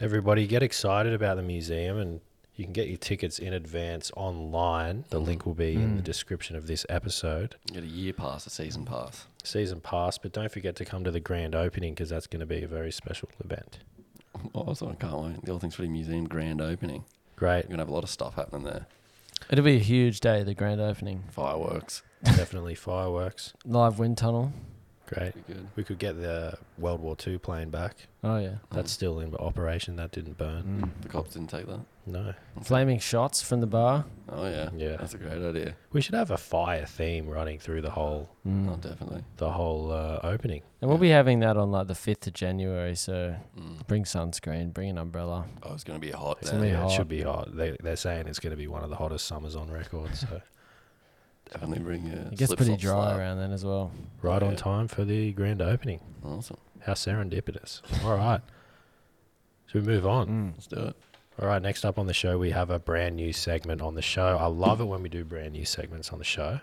Speaker 5: everybody get excited about the museum and you can get your tickets in advance online. The link will be in the description of this episode.
Speaker 4: You Get a year pass, a season pass.
Speaker 5: Season pass, but don't forget to come to the grand opening because that's going to be a very special event.
Speaker 4: Awesome, I can't wait. The All Things Footy Museum grand opening.
Speaker 5: Great.
Speaker 4: You're gonna have a lot of stuff happening there.
Speaker 3: It'll be a huge day, the grand opening.
Speaker 4: Fireworks.
Speaker 5: Definitely fireworks.
Speaker 3: Live wind tunnel.
Speaker 5: Great.
Speaker 4: Be good.
Speaker 5: We could get the World War II plane back.
Speaker 3: Oh, yeah.
Speaker 5: That's still in operation. That didn't burn.
Speaker 4: The cops didn't take that.
Speaker 5: No.
Speaker 3: Flaming shots from the bar.
Speaker 4: Oh yeah.
Speaker 5: Yeah.
Speaker 4: That's a great idea.
Speaker 5: We should have a fire theme running through the whole
Speaker 3: Mm. Hmm.
Speaker 4: Oh, definitely.
Speaker 5: the whole uh, opening.
Speaker 3: And we'll be having that on like the 5th of January. So bring sunscreen, bring an umbrella.
Speaker 4: Hmm. Oh, it's gonna be hot.
Speaker 3: It's
Speaker 4: then.
Speaker 3: gonna be
Speaker 5: it
Speaker 3: hot.
Speaker 5: should be hot. They, they're saying it's going to be one of the hottest summers on record. So
Speaker 4: Definitely bring a.
Speaker 3: It gets
Speaker 4: slip,
Speaker 3: pretty
Speaker 4: slop,
Speaker 3: dry
Speaker 4: slap.
Speaker 3: around then as well.
Speaker 5: right on time for the grand opening.
Speaker 4: Awesome.
Speaker 5: How serendipitous. All right. Should we move
Speaker 3: Mm.
Speaker 5: on?
Speaker 4: Let's do it.
Speaker 5: All right, next up on the show, we have a brand new segment on the show. I love it when we do brand new segments on the show,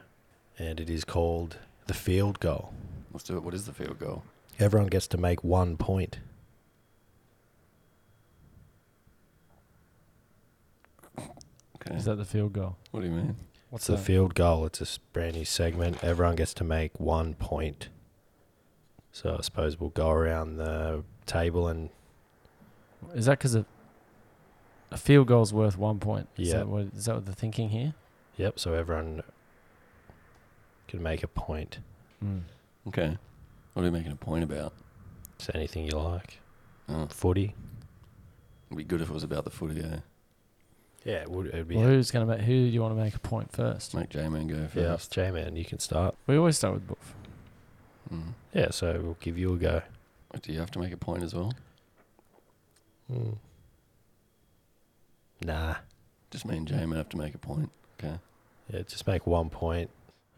Speaker 5: and it is called The Field Goal.
Speaker 4: Let's do it. What is the field goal?
Speaker 5: Everyone gets to make one point.
Speaker 4: Okay.
Speaker 3: Is that the field goal?
Speaker 4: what do you mean?
Speaker 5: It's
Speaker 3: What's
Speaker 5: The
Speaker 3: that?
Speaker 5: Field Goal. It's a s- brand new segment. Everyone gets to make one point. So I suppose we'll go around the table and
Speaker 3: Is that because a, a field goal's worth one point? Is
Speaker 5: Yeah.
Speaker 3: that, what, is that what the thinking here?
Speaker 5: Yep, so everyone can make a point.
Speaker 3: Mm.
Speaker 4: Okay. What are you making a point about?
Speaker 5: It's anything you like.
Speaker 4: Oh,
Speaker 5: Footy.
Speaker 4: it'd be good if it was about the footy, eh? yeah.
Speaker 5: Yeah, it would it'd be
Speaker 3: Well, who's gonna make? Who do you want to make a point first?
Speaker 4: Make J Man go
Speaker 5: yeah,
Speaker 4: first.
Speaker 5: J Man, you can start.
Speaker 3: We always start with Boof.
Speaker 4: Mm.
Speaker 5: Yeah, so we'll give you a go.
Speaker 4: Do you have to make a point as well?
Speaker 5: Hmm. Nah.
Speaker 4: Just me and J Man have to make a point. Okay.
Speaker 5: Yeah, just make one point.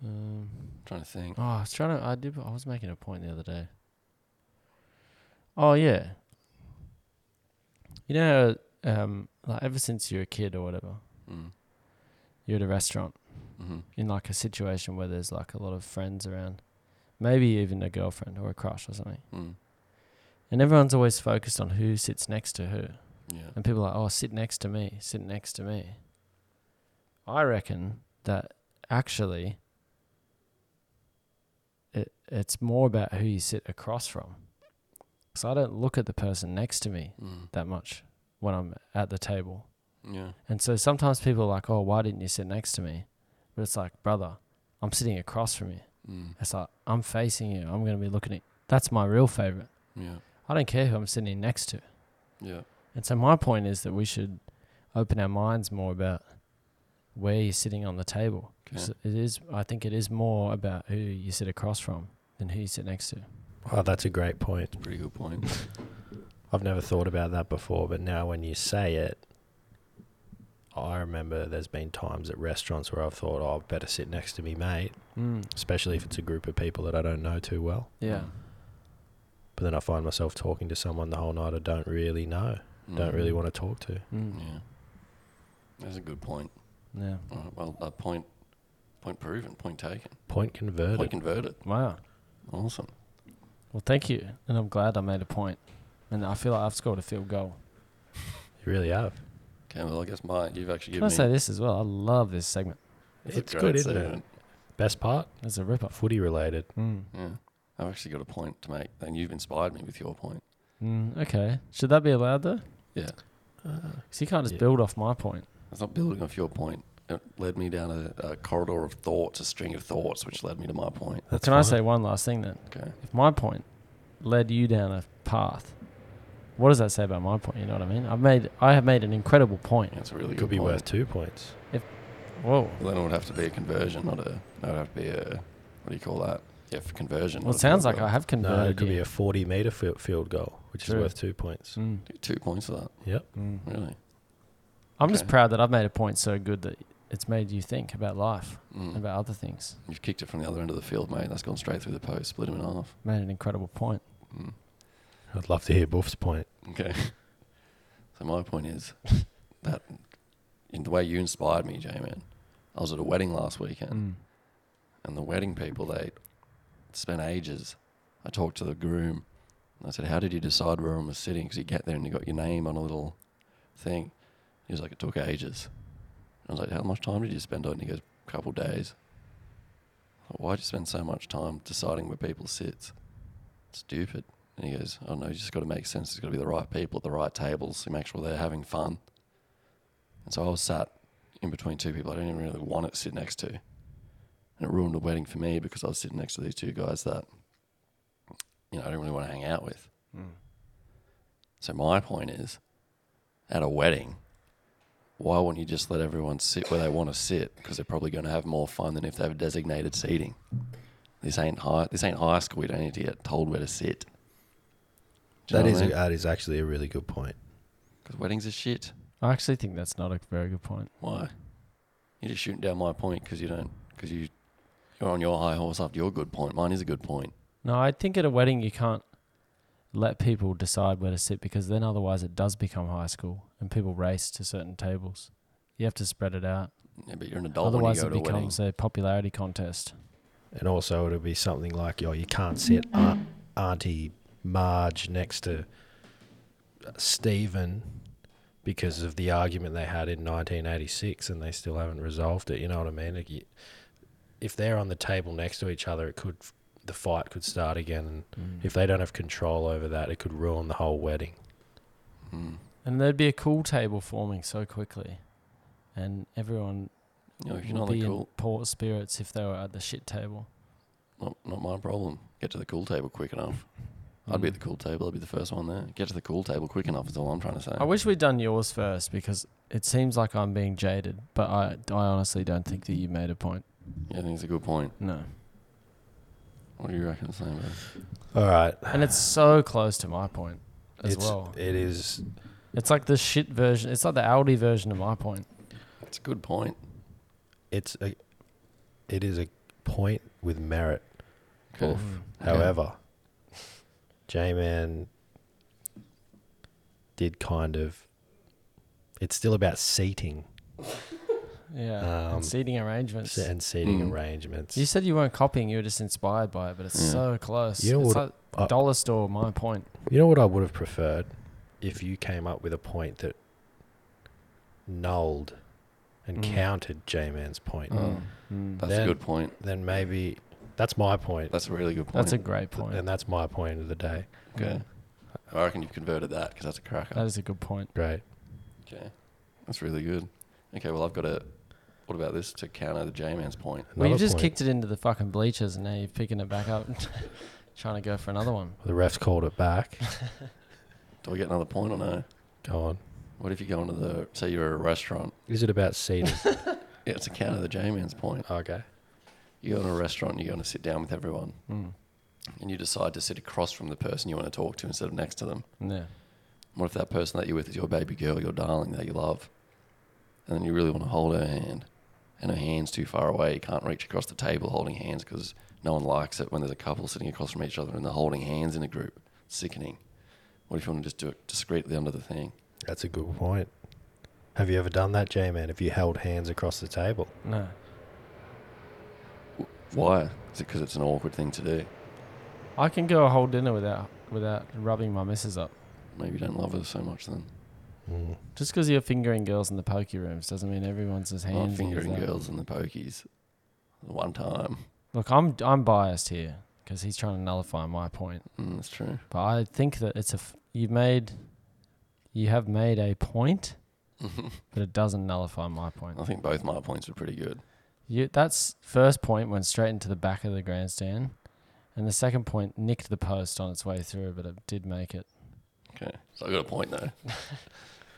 Speaker 3: Um,
Speaker 4: trying to think.
Speaker 3: oh, I was trying to. I did. I was making a point the other day. Oh yeah. You know, um, like ever since you were a kid or whatever,
Speaker 4: Mm.
Speaker 3: you're at a restaurant
Speaker 4: Mm-hmm.
Speaker 3: in like a situation where there's like a lot of friends around, maybe even a girlfriend or a crush or something,
Speaker 4: Mm.
Speaker 3: and everyone's always focused on who sits next to who.
Speaker 4: Yeah.
Speaker 3: And people are like, oh, sit next to me, sit next to me. I reckon that actually it, it's more about who you sit across from. Because I don't look at the person next to me
Speaker 4: Mm.
Speaker 3: that much when I'm at the table.
Speaker 4: Yeah.
Speaker 3: And so sometimes people are like, oh, why didn't you sit next to me? But it's like, brother, I'm sitting across from you.
Speaker 4: Mm.
Speaker 3: It's like, I'm facing you. I'm going to be looking at That's my real favorite.
Speaker 4: Yeah.
Speaker 3: I don't care who I'm sitting next to.
Speaker 4: Yeah.
Speaker 3: And so my point is that we should open our minds more about where you're sitting on the table. 'Cause It is, I think, it is more about who you sit across from than who you sit next to.
Speaker 5: Oh, that's a great point.
Speaker 4: Pretty good point.
Speaker 5: I've never thought about that before, but now when you say it, I remember there's been times at restaurants where I've thought, oh, better sit next to me, mate,
Speaker 3: Mm,
Speaker 5: especially if it's a group of people that I don't know too well.
Speaker 3: yeah.
Speaker 5: But then I find myself talking to someone the whole night I don't really know, don't
Speaker 4: Mm.
Speaker 5: really want to talk to.
Speaker 3: Mm,
Speaker 4: Yeah. That's a good point.
Speaker 3: yeah.
Speaker 4: All right, well, uh, point, point proven, point taken,
Speaker 5: Point converted.
Speaker 4: point converted.
Speaker 3: Wow.
Speaker 4: Awesome.
Speaker 3: Well, thank you. And I'm glad I made a point. And I feel like I've scored a field goal.
Speaker 5: you really have.
Speaker 4: Okay, well, I guess my you've actually
Speaker 3: Can I
Speaker 4: given
Speaker 3: say
Speaker 4: me.
Speaker 3: this as well? I love this segment.
Speaker 4: a
Speaker 5: It's
Speaker 4: great
Speaker 5: good, isn't it?
Speaker 4: segment.
Speaker 5: Best part?
Speaker 3: It's a ripper.
Speaker 5: Footy related.
Speaker 3: Mm.
Speaker 4: Yeah, I've actually got a point to make, and you've inspired me with your point.
Speaker 3: Mm, okay. Should that be allowed though?
Speaker 4: Yeah,
Speaker 3: Because you can't just
Speaker 5: Yeah.
Speaker 3: build off my point.
Speaker 4: it's not building off your point. It led me down a, a corridor of thoughts, a string of thoughts, which led me to my point.
Speaker 5: That's
Speaker 3: Can I
Speaker 5: fine.
Speaker 3: say one last thing then?
Speaker 4: Okay.
Speaker 3: if my point led you down a path, what does that say about my point? You know what I mean? I've made I have made an incredible point.
Speaker 4: Yeah, it's a really
Speaker 5: It
Speaker 4: good
Speaker 5: could be
Speaker 4: point.
Speaker 5: worth two points.
Speaker 3: Whoa.
Speaker 4: Well, then it would have to be a conversion, not a. It would have to be a. What do you call that? Yeah, for conversion.
Speaker 3: Well,
Speaker 4: not
Speaker 3: it
Speaker 4: a
Speaker 3: sounds
Speaker 4: field
Speaker 3: like
Speaker 4: goal.
Speaker 3: I have converted.
Speaker 5: No, it could be
Speaker 3: you.
Speaker 5: a 40 meter field, field goal, which
Speaker 3: True.
Speaker 5: is worth two points.
Speaker 3: Mm,
Speaker 4: two points for that.
Speaker 5: Yep.
Speaker 3: mm.
Speaker 4: Really.
Speaker 3: I'm just
Speaker 4: Okay.
Speaker 3: proud that I've made a point so good that it's made you think about life,
Speaker 4: Mm.
Speaker 3: about other things.
Speaker 4: You've kicked it from the other end of the field, mate. That's gone straight through the post, split him in half.
Speaker 3: Made an incredible point.
Speaker 4: Mm.
Speaker 5: I'd love to hear Buff's point.
Speaker 4: Okay. So my point is that in the way you inspired me, J-Man, I was at a wedding last weekend, and the wedding people they spent ages. I talked to the groom, and I said, "How did you decide where I was sitting? Because you get there and you got your name on a little thing." He was like, "It took ages." And I was like, "How much time did you spend on?" it?" And he goes, "Couple days." I thought, Why'd you spend so much time deciding where people sit? Stupid. And he goes, Oh no, you just got to make sense. It's got to be the right people at the right tables. You make sure they're having fun. And so I was sat in between two people I didn't even really want to sit next to. And it ruined the wedding for me because I was sitting next to these two guys that, you know, I didn't really want to hang out with. So my point is at a wedding, why wouldn't you just let everyone sit where they want to sit? Because they're probably going to have more fun than if they have designated seating. This ain't high. This ain't high school. We don't need to get told where to sit. Do you
Speaker 5: That
Speaker 4: know
Speaker 5: is,
Speaker 4: what I mean?
Speaker 5: that is actually a really good point.
Speaker 4: Because weddings are shit.
Speaker 3: I actually think that's not a very good point.
Speaker 4: Why? You're just shooting down my point because you don't, because you, you're on your high horse after your good point. Mine is a good point.
Speaker 3: No, I think at a wedding you can't let people decide where to sit because then otherwise it does become high school and people race to certain tables. You have to spread it out.
Speaker 4: Yeah, but you're an adult when you
Speaker 3: otherwise
Speaker 4: go
Speaker 3: it
Speaker 4: to a wedding.
Speaker 3: becomes a popularity contest.
Speaker 5: And also, it'll be something like, yo, you can't sit Aunt, Auntie Marge next to Stephen because of the argument they had in 1986 and they still haven't resolved it. You know what I mean? Like, you- If they're on the table next to each other, it could, the fight could start again. And
Speaker 4: Mm.
Speaker 5: if they don't have control over that, it could ruin the whole wedding.
Speaker 4: Hmm.
Speaker 3: And there'd be a cool table forming so quickly. And everyone
Speaker 4: You know, Oh, if you're
Speaker 3: would
Speaker 4: not
Speaker 3: be
Speaker 4: the cool,
Speaker 3: in poor spirits if they were at the shit table.
Speaker 4: not, not my problem. Get to the cool table quick enough. I'd be at the cool table. I'd be the first one there. Get to the cool table quick enough is all I'm trying to say.
Speaker 3: I wish we'd done yours first because it seems like I'm being jaded, but I, I honestly don't think that you made a point.
Speaker 4: Yeah, I think it's a good point.
Speaker 3: No.
Speaker 4: What do you reckon, Sam? bro?
Speaker 5: All right.
Speaker 3: And it's so close to my point as
Speaker 5: it's,
Speaker 3: well.
Speaker 5: It is
Speaker 3: It's like the shit version. It's like the Aldi version of my point.
Speaker 4: It's a good point.
Speaker 5: it's a it is a point with merit.
Speaker 4: Okay.
Speaker 5: Wolf.
Speaker 3: Mm.
Speaker 5: However, J Man did kind of it's still about seating
Speaker 3: Yeah. and
Speaker 5: Um,
Speaker 3: seating arrangements.
Speaker 5: and seating
Speaker 4: Mm.
Speaker 5: arrangements.
Speaker 3: You said you weren't copying, you were just inspired by it, but it's
Speaker 4: Yeah.
Speaker 3: so close.
Speaker 5: You know
Speaker 3: it's
Speaker 5: what-
Speaker 3: like
Speaker 5: I-
Speaker 3: dollar store, my point.
Speaker 5: You know what I would have preferred if you came up with a point that nulled and
Speaker 3: Mm.
Speaker 5: countered J Man's point.
Speaker 4: Oh, that's
Speaker 5: Then-
Speaker 4: a good point.
Speaker 5: Then maybe that's my point,
Speaker 4: That's a really good point.
Speaker 3: That's a great point.
Speaker 5: and that's my point of the day.
Speaker 4: okay. I reckon you've converted that because that's a cracker.
Speaker 3: That is a good point.
Speaker 5: Great.
Speaker 4: okay, that's really good. Okay, well I've got a. What about this to counter the J-man's point?
Speaker 3: well, you
Speaker 5: Another
Speaker 3: just
Speaker 5: point.
Speaker 3: kicked it into the fucking bleachers, and now you're picking it back up, and trying to go for another one.
Speaker 5: The refs called it back.
Speaker 4: Do I get another point or no?
Speaker 5: Go on.
Speaker 4: What if you go into the say you're at a restaurant?
Speaker 5: Is it about seating?
Speaker 4: Yeah, it's a counter the J-man's point.
Speaker 5: okay.
Speaker 4: You go to a restaurant, you're going to sit down with everyone, and you decide to sit across from the person you want to talk to instead of next to them.
Speaker 3: Yeah.
Speaker 4: What if that person that you're with is your baby girl, your darling that you love, and then you really want to hold her hand, and her hand's too far away, you can't reach across the table holding hands because no one likes it when there's a couple sitting across from each other and they're holding hands in a group. It's sickening. What if you want to just do it discreetly under the thing?
Speaker 5: That's a good point. Have you ever done that, J Man? Have you held hands across the table?
Speaker 3: No.
Speaker 4: Why? Is it because it's an awkward thing to do?
Speaker 3: I can go a whole dinner without without rubbing my missus up.
Speaker 4: Maybe you don't love her so much then.
Speaker 5: Mm.
Speaker 3: Just because you're fingering girls in the pokey rooms doesn't mean everyone's as
Speaker 4: I'm
Speaker 3: handsy as
Speaker 4: fingering
Speaker 3: that.
Speaker 4: girls in the pokies. One time.
Speaker 3: Look, I'm I'm biased here because he's trying to nullify my point.
Speaker 4: Mm, that's true.
Speaker 3: But I think that it's a f- you've made you have made a point, but it doesn't nullify my point.
Speaker 4: I think both my points were pretty good.
Speaker 3: You, that's first point went straight into the back of the grandstand, and the second point nicked the post on its way through, but it did make it.
Speaker 4: Okay. So I got a point though.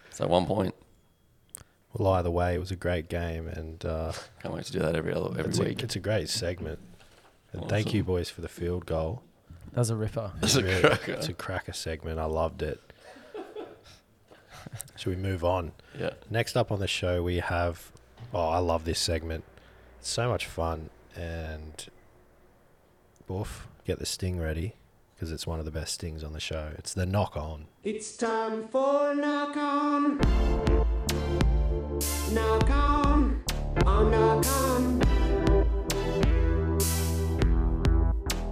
Speaker 4: so one point.
Speaker 5: Well, either way, it was a great game, and uh,
Speaker 4: Can't wait to do that every other every
Speaker 5: it's,
Speaker 4: week.
Speaker 5: A, it's a great segment. And thank you, boys, for the field goal.
Speaker 3: That was a ripper.
Speaker 4: That's a
Speaker 5: Really,
Speaker 4: cracker.
Speaker 5: it's a cracker segment. I loved it. Should we move on?
Speaker 4: yeah.
Speaker 5: Next up on the show, we have. Oh, I love this segment. It's so much fun. And. Woof, get the sting ready because it's one of the best stings on the show. It's the knock on.
Speaker 8: It's time for knock on. Knock on. On knock on.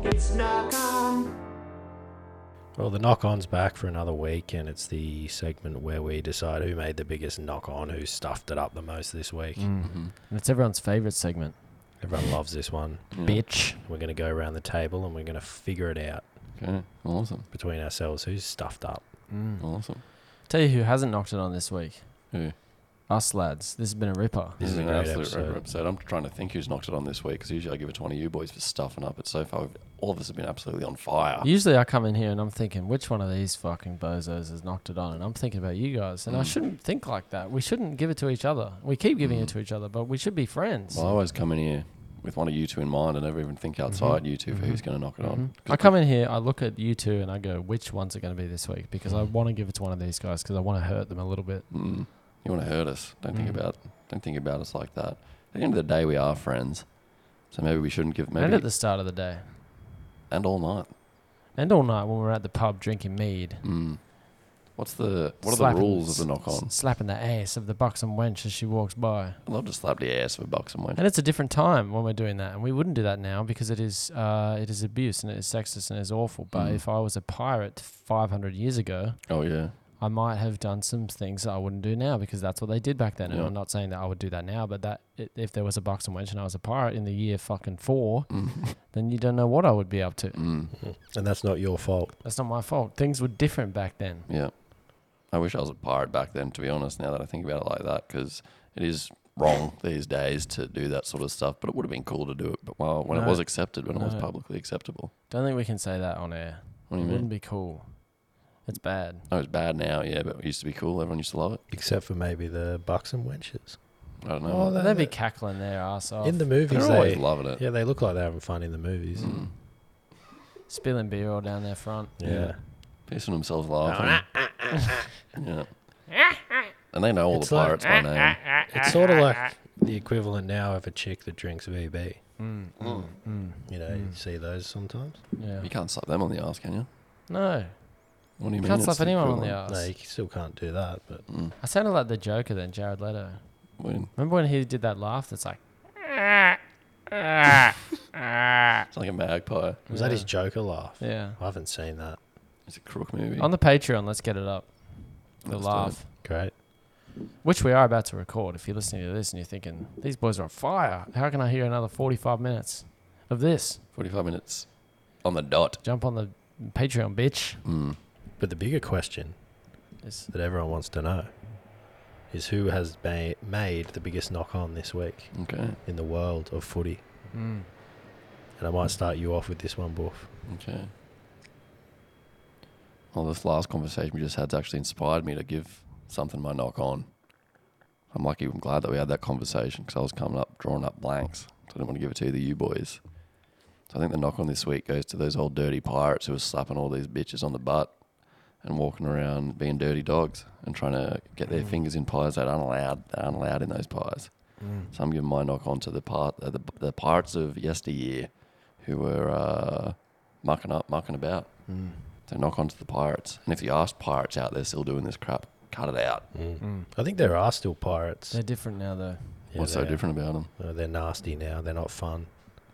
Speaker 8: It's knock on.
Speaker 5: Well, the knock on's back for another week, and it's the segment where we decide who made the biggest knock on, who stuffed it up the most this week.
Speaker 3: Mm. And it's everyone's favorite segment.
Speaker 5: Everyone loves this one.
Speaker 3: Bitch.
Speaker 5: We're going to go around the table and we're going to figure it out
Speaker 4: Okay. Awesome.
Speaker 5: between ourselves who's stuffed up.
Speaker 4: Awesome.
Speaker 3: Tell you who hasn't knocked it on this week.
Speaker 4: Who?
Speaker 3: Us lads. This has been a ripper.
Speaker 4: This is
Speaker 5: a
Speaker 4: an
Speaker 5: great
Speaker 4: absolute
Speaker 5: episode.
Speaker 4: episode. episode. I'm trying to think who's knocked it on this week because usually I give it to one of you boys for stuffing up. But so far, we've- all of us have been absolutely on fire.
Speaker 3: Usually I come in here and I'm thinking, which one of these fucking bozos has knocked it on? And I'm thinking about you guys.
Speaker 4: Mm.
Speaker 3: And I shouldn't think like that. We shouldn't give it to each other. We keep giving it to each other, but we should be friends.
Speaker 4: Mm. Well, I always come in here with one of you two in mind. I never even
Speaker 5: Mm-hmm.
Speaker 4: think outside you 2 for who's going to knock it on. 'Cause
Speaker 3: Mm-hmm. I come in here, I look at you two, and I go, which one's it going to be this week? Because I
Speaker 4: Mm.
Speaker 3: want to give it to one of these guys because I want to hurt them a little bit.
Speaker 4: You want to hurt us? Don't
Speaker 5: Mm.
Speaker 4: think about. Don't think about us like that. At the end of the day, we are friends. So maybe we shouldn't give. Maybe
Speaker 3: And at the start of the day.
Speaker 4: and all night.
Speaker 3: and all night when we were at the pub drinking mead.
Speaker 4: Hmm. What's the what are
Speaker 3: slapping-
Speaker 4: the rules of the knock on?
Speaker 3: s- Slapping the ass of the buxom wench as she walks by.
Speaker 4: I love to slap the ass of a box and went.
Speaker 3: And it's a different time when we're doing that, and we wouldn't do that now because it is uh, it is abuse and it is sexist and it is awful. But
Speaker 5: Hmm.
Speaker 3: if I was a pirate 500 years ago,
Speaker 4: Oh yeah,
Speaker 3: I might have done some things that I wouldn't do now because that's what they did back then. And
Speaker 4: Yeah.
Speaker 3: I'm not saying that I would do that now, but that i- if there was a box and wench and I was a pirate in the year fucking four,
Speaker 4: Hmm.
Speaker 3: then you don't know what I would be up to.
Speaker 5: Mm. And that's not your fault.
Speaker 3: That's not my fault. Things were different back then.
Speaker 4: yeah. I wish I was a pirate back then. To be honest, now that I think about it like that, because it is wrong these days to do that sort of stuff. But it would have been cool to do it. But well, when it
Speaker 3: No.
Speaker 4: was accepted, when it was
Speaker 3: No.
Speaker 4: publicly acceptable,
Speaker 3: Don't think we can say that on air.
Speaker 4: What
Speaker 5: Mm-hmm.
Speaker 3: it
Speaker 4: do you mean?
Speaker 3: wouldn't be cool. It's bad.
Speaker 4: oh, it's bad now. Yeah, but it used to be cool. Everyone used to love it.
Speaker 5: Except for maybe the bucks and wenches.
Speaker 4: I don't know.
Speaker 5: Oh,
Speaker 3: They'd be cackling their ass off,
Speaker 5: In the movies,
Speaker 4: They're
Speaker 5: they,
Speaker 4: always loving it. Hmm.
Speaker 5: yeah, they look like they're having fun in the movies.
Speaker 3: spilling beer all down their front.
Speaker 5: Yeah.
Speaker 4: pissing themselves laughing.
Speaker 3: ah,
Speaker 4: yeah. And they know all
Speaker 5: It's
Speaker 4: the
Speaker 5: like-
Speaker 4: pirates by name.
Speaker 5: It's sort of like the equivalent now of a chick that drinks VB. You know, you see those sometimes.
Speaker 3: Mm. Yeah.
Speaker 4: You can't slap them on the ass, can you?
Speaker 3: No,
Speaker 4: What do you mean?
Speaker 3: can't
Speaker 4: It's Mm.
Speaker 3: slap
Speaker 4: the
Speaker 3: anyone on the
Speaker 4: equivalent.
Speaker 3: ass.
Speaker 5: No, you still can't do that, but
Speaker 3: I sounded like the Joker then, Jared Leto.
Speaker 4: When-
Speaker 3: Remember when he did that laugh? That's like
Speaker 4: It's like a magpie.
Speaker 5: was that his Joker laugh?
Speaker 3: yeah.
Speaker 5: I haven't seen that.
Speaker 4: It's a crook movie.
Speaker 3: On the Patreon, let's get it up. The
Speaker 4: Let's do
Speaker 3: laugh,
Speaker 5: Great.
Speaker 3: which we are about to record. If you're listening to this and you're thinking these boys are on fire, how can I hear another 45 minutes of this?
Speaker 4: 45 minutes on the dot. Mm.
Speaker 3: Jump on the Patreon, bitch.
Speaker 5: But the bigger question
Speaker 3: It's-
Speaker 5: that everyone wants to know is who has ba- made the biggest knock on this week
Speaker 4: Okay.
Speaker 5: in the world of footy?
Speaker 3: mm,
Speaker 5: And I might start you off with this one, Boof.
Speaker 4: Okay. Well, this last conversation we just had's actually inspired me to give something my knock on. I'm lucky. I'm glad that we had that conversation because I was coming up drawing up blanks. So I didn't want to give it to either you boys. So I think the knock on this week goes to those old dirty pirates who were slapping all these bitches on the butt and walking around being dirty dogs and trying to get their fingers in pies that aren't allowed. That aren't allowed in those pies. So I'm giving my knock on to the part uh, the, the pirates of yesteryear who were uh, mucking up, mucking about. So knock onto the pirates. And if you ask pirates out there still doing this crap, cut it out.
Speaker 5: Mm. I think there are still pirates.
Speaker 3: mm. They're different now, though.
Speaker 5: Yeah,
Speaker 4: What's so
Speaker 5: they are.
Speaker 4: different about them?
Speaker 5: Uh, they're nasty now. They're not fun.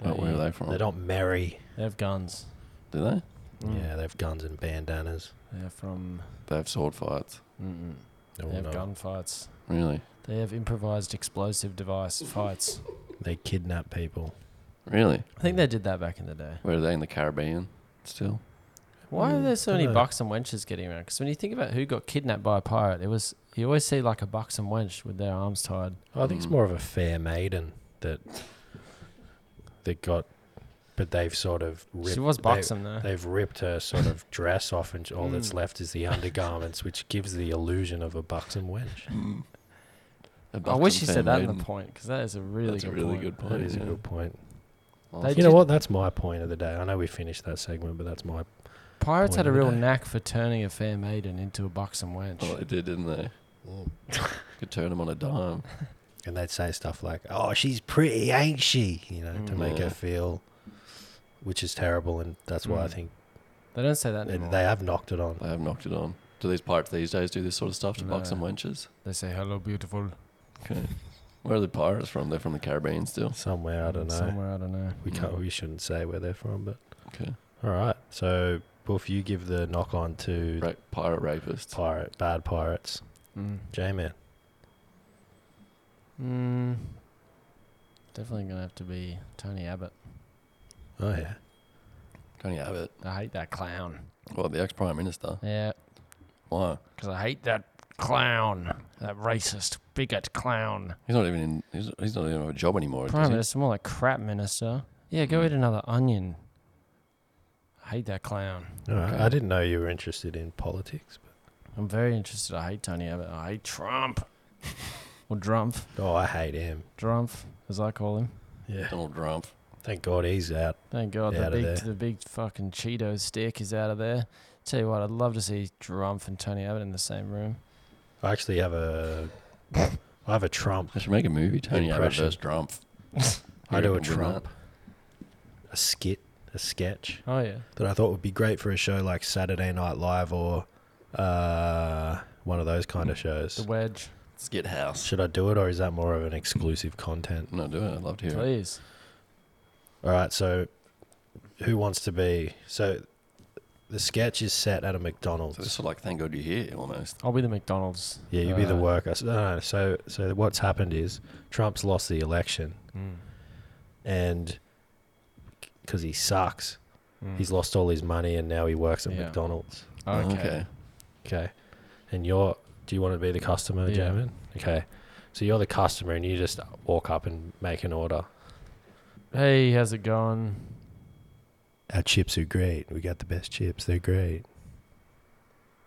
Speaker 5: Oh,
Speaker 4: where are they from?
Speaker 5: They're not merry.
Speaker 3: They have guns.
Speaker 4: Do they?
Speaker 3: Mm.
Speaker 5: Yeah, they've guns and bandanas.
Speaker 3: They're from.
Speaker 4: They have sword fights.
Speaker 5: They're
Speaker 3: They
Speaker 5: all
Speaker 3: have
Speaker 5: not-
Speaker 3: gunfights.
Speaker 4: Really?
Speaker 3: They have improvised explosive device fights.
Speaker 5: They kidnap people.
Speaker 4: Really?
Speaker 3: I think they did that back in the day.
Speaker 4: Where are they in the Caribbean still?
Speaker 3: Why
Speaker 5: Mm,
Speaker 3: are there so many
Speaker 5: dunno.
Speaker 3: bucks and wenches getting around? Because when you think about who got kidnapped by a pirate, it was you always see like a bucks and wench with their arms tied.
Speaker 5: I think
Speaker 4: Mm.
Speaker 5: it's more of a fair maiden that that got, but they've sort of ripped.
Speaker 3: she was
Speaker 5: they-
Speaker 3: buxom though.
Speaker 5: They've ripped her sort of dress off, and all that's left is the undergarments, which gives the illusion of a buxom wench.
Speaker 3: I wish you said that in the point because that is a really
Speaker 4: That's a
Speaker 3: good
Speaker 4: really
Speaker 3: point.
Speaker 4: good point.
Speaker 5: That is a
Speaker 4: yeah.
Speaker 5: good point.
Speaker 3: They
Speaker 5: Mm. You know
Speaker 3: did-
Speaker 5: what? That's my point of the day. I know we finished that segment, but that's my.
Speaker 3: Pirates had
Speaker 5: point
Speaker 3: a
Speaker 5: of the
Speaker 3: real
Speaker 5: day.
Speaker 3: knack for turning a fair maiden into a buxom wench.
Speaker 4: Oh, they did, didn't they?
Speaker 5: Mm.
Speaker 4: Could turn them on a dime.
Speaker 5: And they'd say stuff like, "Oh, she's pretty, ain't she?" You know, to make
Speaker 4: Yeah.
Speaker 5: her feel, which is terrible, and that's why I
Speaker 3: Mm.
Speaker 5: think
Speaker 3: They don't say that
Speaker 5: they,
Speaker 3: anymore.
Speaker 5: they
Speaker 3: They,
Speaker 5: have knocked it on.
Speaker 4: They have knocked it on. Do these pirates these days do this sort of stuff to bucks
Speaker 3: No.
Speaker 4: and wenches?
Speaker 3: say hello, beautiful.
Speaker 4: Okay. Where are the pirates from? They're from the Caribbean still.
Speaker 5: Somewhere Mm. I don't know.
Speaker 3: Somewhere I don't know.
Speaker 5: We can't. We shouldn't say where they're from, but
Speaker 4: Okay.
Speaker 5: all right. So, Boof, you give the knock on to
Speaker 4: Ra- pirate rapists.
Speaker 5: pirate, bad pirates,
Speaker 3: Mm.
Speaker 5: J-Man.
Speaker 3: Mm. Definitely gonna have to be Tony Abbott.
Speaker 5: Oh yeah.
Speaker 4: Tony Abbott.
Speaker 3: I hate that clown.
Speaker 4: Well, the ex prime minister.
Speaker 3: Yeah,
Speaker 4: Why?
Speaker 3: because I hate that clown, that racist bigot clown.
Speaker 4: He's not even in. He's, he's not even have a job anymore. does
Speaker 3: Prime
Speaker 4: he?
Speaker 3: Minister, more like crap minister. Yeah, go eat another onion. I hate that clown.
Speaker 5: All right.
Speaker 4: Okay.
Speaker 5: I didn't know you were interested in politics.
Speaker 3: I'm very interested. I hate Tony Abbott. I hate Trump. or Drumpf.
Speaker 5: But, oh, I hate him.
Speaker 3: Drumpf, as I call him.
Speaker 5: Yeah.
Speaker 4: Donald Trump.
Speaker 5: Thank God he's out.
Speaker 3: Thank God the
Speaker 5: Outta
Speaker 3: big
Speaker 5: there.
Speaker 3: the big fucking Cheeto stick is out of there. Tell you what, I'd love to see Drumpf and Tony Abbott in the same room.
Speaker 5: I actually have a. I have a Trump.
Speaker 4: They should make a movie. Tony Abbott
Speaker 5: Impression.
Speaker 4: versus Trump.
Speaker 5: I do a
Speaker 4: reckon we're not?
Speaker 5: Trump. A skit. a sketch
Speaker 3: Oh yeah.
Speaker 5: that I thought would be great for a show like Saturday Night Live or uh, one of those kind of
Speaker 3: The
Speaker 5: shows.
Speaker 3: wedge.
Speaker 4: Skit House.
Speaker 5: Should I do it or is that more of an exclusive content?
Speaker 4: No, do it. I'd love to hear it.
Speaker 3: Please.
Speaker 5: All right, so who wants to be? So the sketch is set at a
Speaker 4: So
Speaker 5: McDonald's.
Speaker 4: this is like thank God you're here almost.
Speaker 3: I'll be the McDonald's.
Speaker 5: Yeah, you'd be the
Speaker 3: Uh,
Speaker 5: worker. So, no, no, so, so what's happened is Trump's lost the election,
Speaker 3: Mm.
Speaker 5: and because he sucks,
Speaker 3: Mm.
Speaker 5: he's lost all his money, and now he works at
Speaker 3: Hmm. Yeah.
Speaker 5: McDonald's.
Speaker 4: Oh,
Speaker 3: Okay.
Speaker 5: Okay, and you're. Do you want to be the customer,
Speaker 3: Yeah.
Speaker 5: Jamin? Okay, so you're the customer, and you just walk up and make an order.
Speaker 3: Hey, how's it going?
Speaker 5: Our chips are great. We got the best chips. They're great.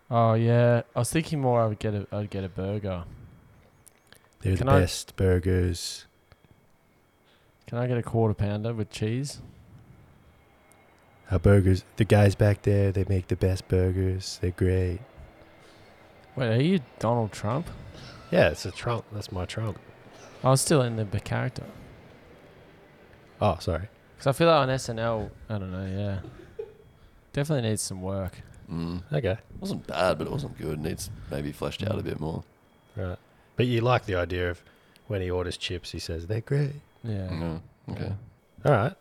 Speaker 3: Oh yeah. I was thinking more. I would get a. I'd get a burger.
Speaker 5: They're
Speaker 3: Can
Speaker 5: the
Speaker 3: I-
Speaker 5: best burgers.
Speaker 3: Can I get a quarter pounder with cheese?
Speaker 5: Our burgers. The guys back there, they make the best burgers. They're great.
Speaker 3: Wait, are you Donald Trump?
Speaker 5: Yeah, it's a Trump. That's my Trump.
Speaker 3: I was still in the b- character.
Speaker 5: Oh, sorry.
Speaker 3: Because I feel like on SNL, I don't know, yeah. Definitely needs some work.
Speaker 4: Mm.
Speaker 5: Okay.
Speaker 4: It wasn't bad, but it wasn't good. Needs maybe fleshed out a bit more.
Speaker 5: Right. But you like the idea of when he orders chips, he says they're great.
Speaker 3: Yeah.
Speaker 4: Yeah. Okay.
Speaker 5: All right.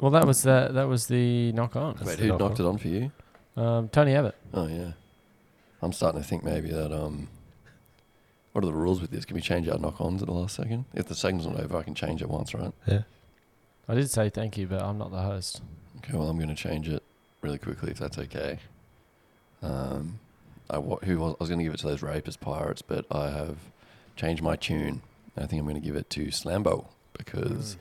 Speaker 3: Well, that was the, that was the knock on.
Speaker 4: Wait, who
Speaker 5: knock
Speaker 4: knocked it on for you?
Speaker 3: Um, Tony Abbott.
Speaker 4: Oh yeah. I'm starting to think maybe that um what are the rules with this? Can we change our knock ons at the last second? If the segment's not over I can change it once, right?
Speaker 3: I did say thank you, but I'm not the host.
Speaker 4: Okay, well I'm gonna change it really quickly if that's okay. Um I wa- who was I was gonna give it to those rapist pirates, but I have changed my tune. And I think I'm gonna give it to
Speaker 5: Mm.
Speaker 4: Slambo because
Speaker 3: Mm.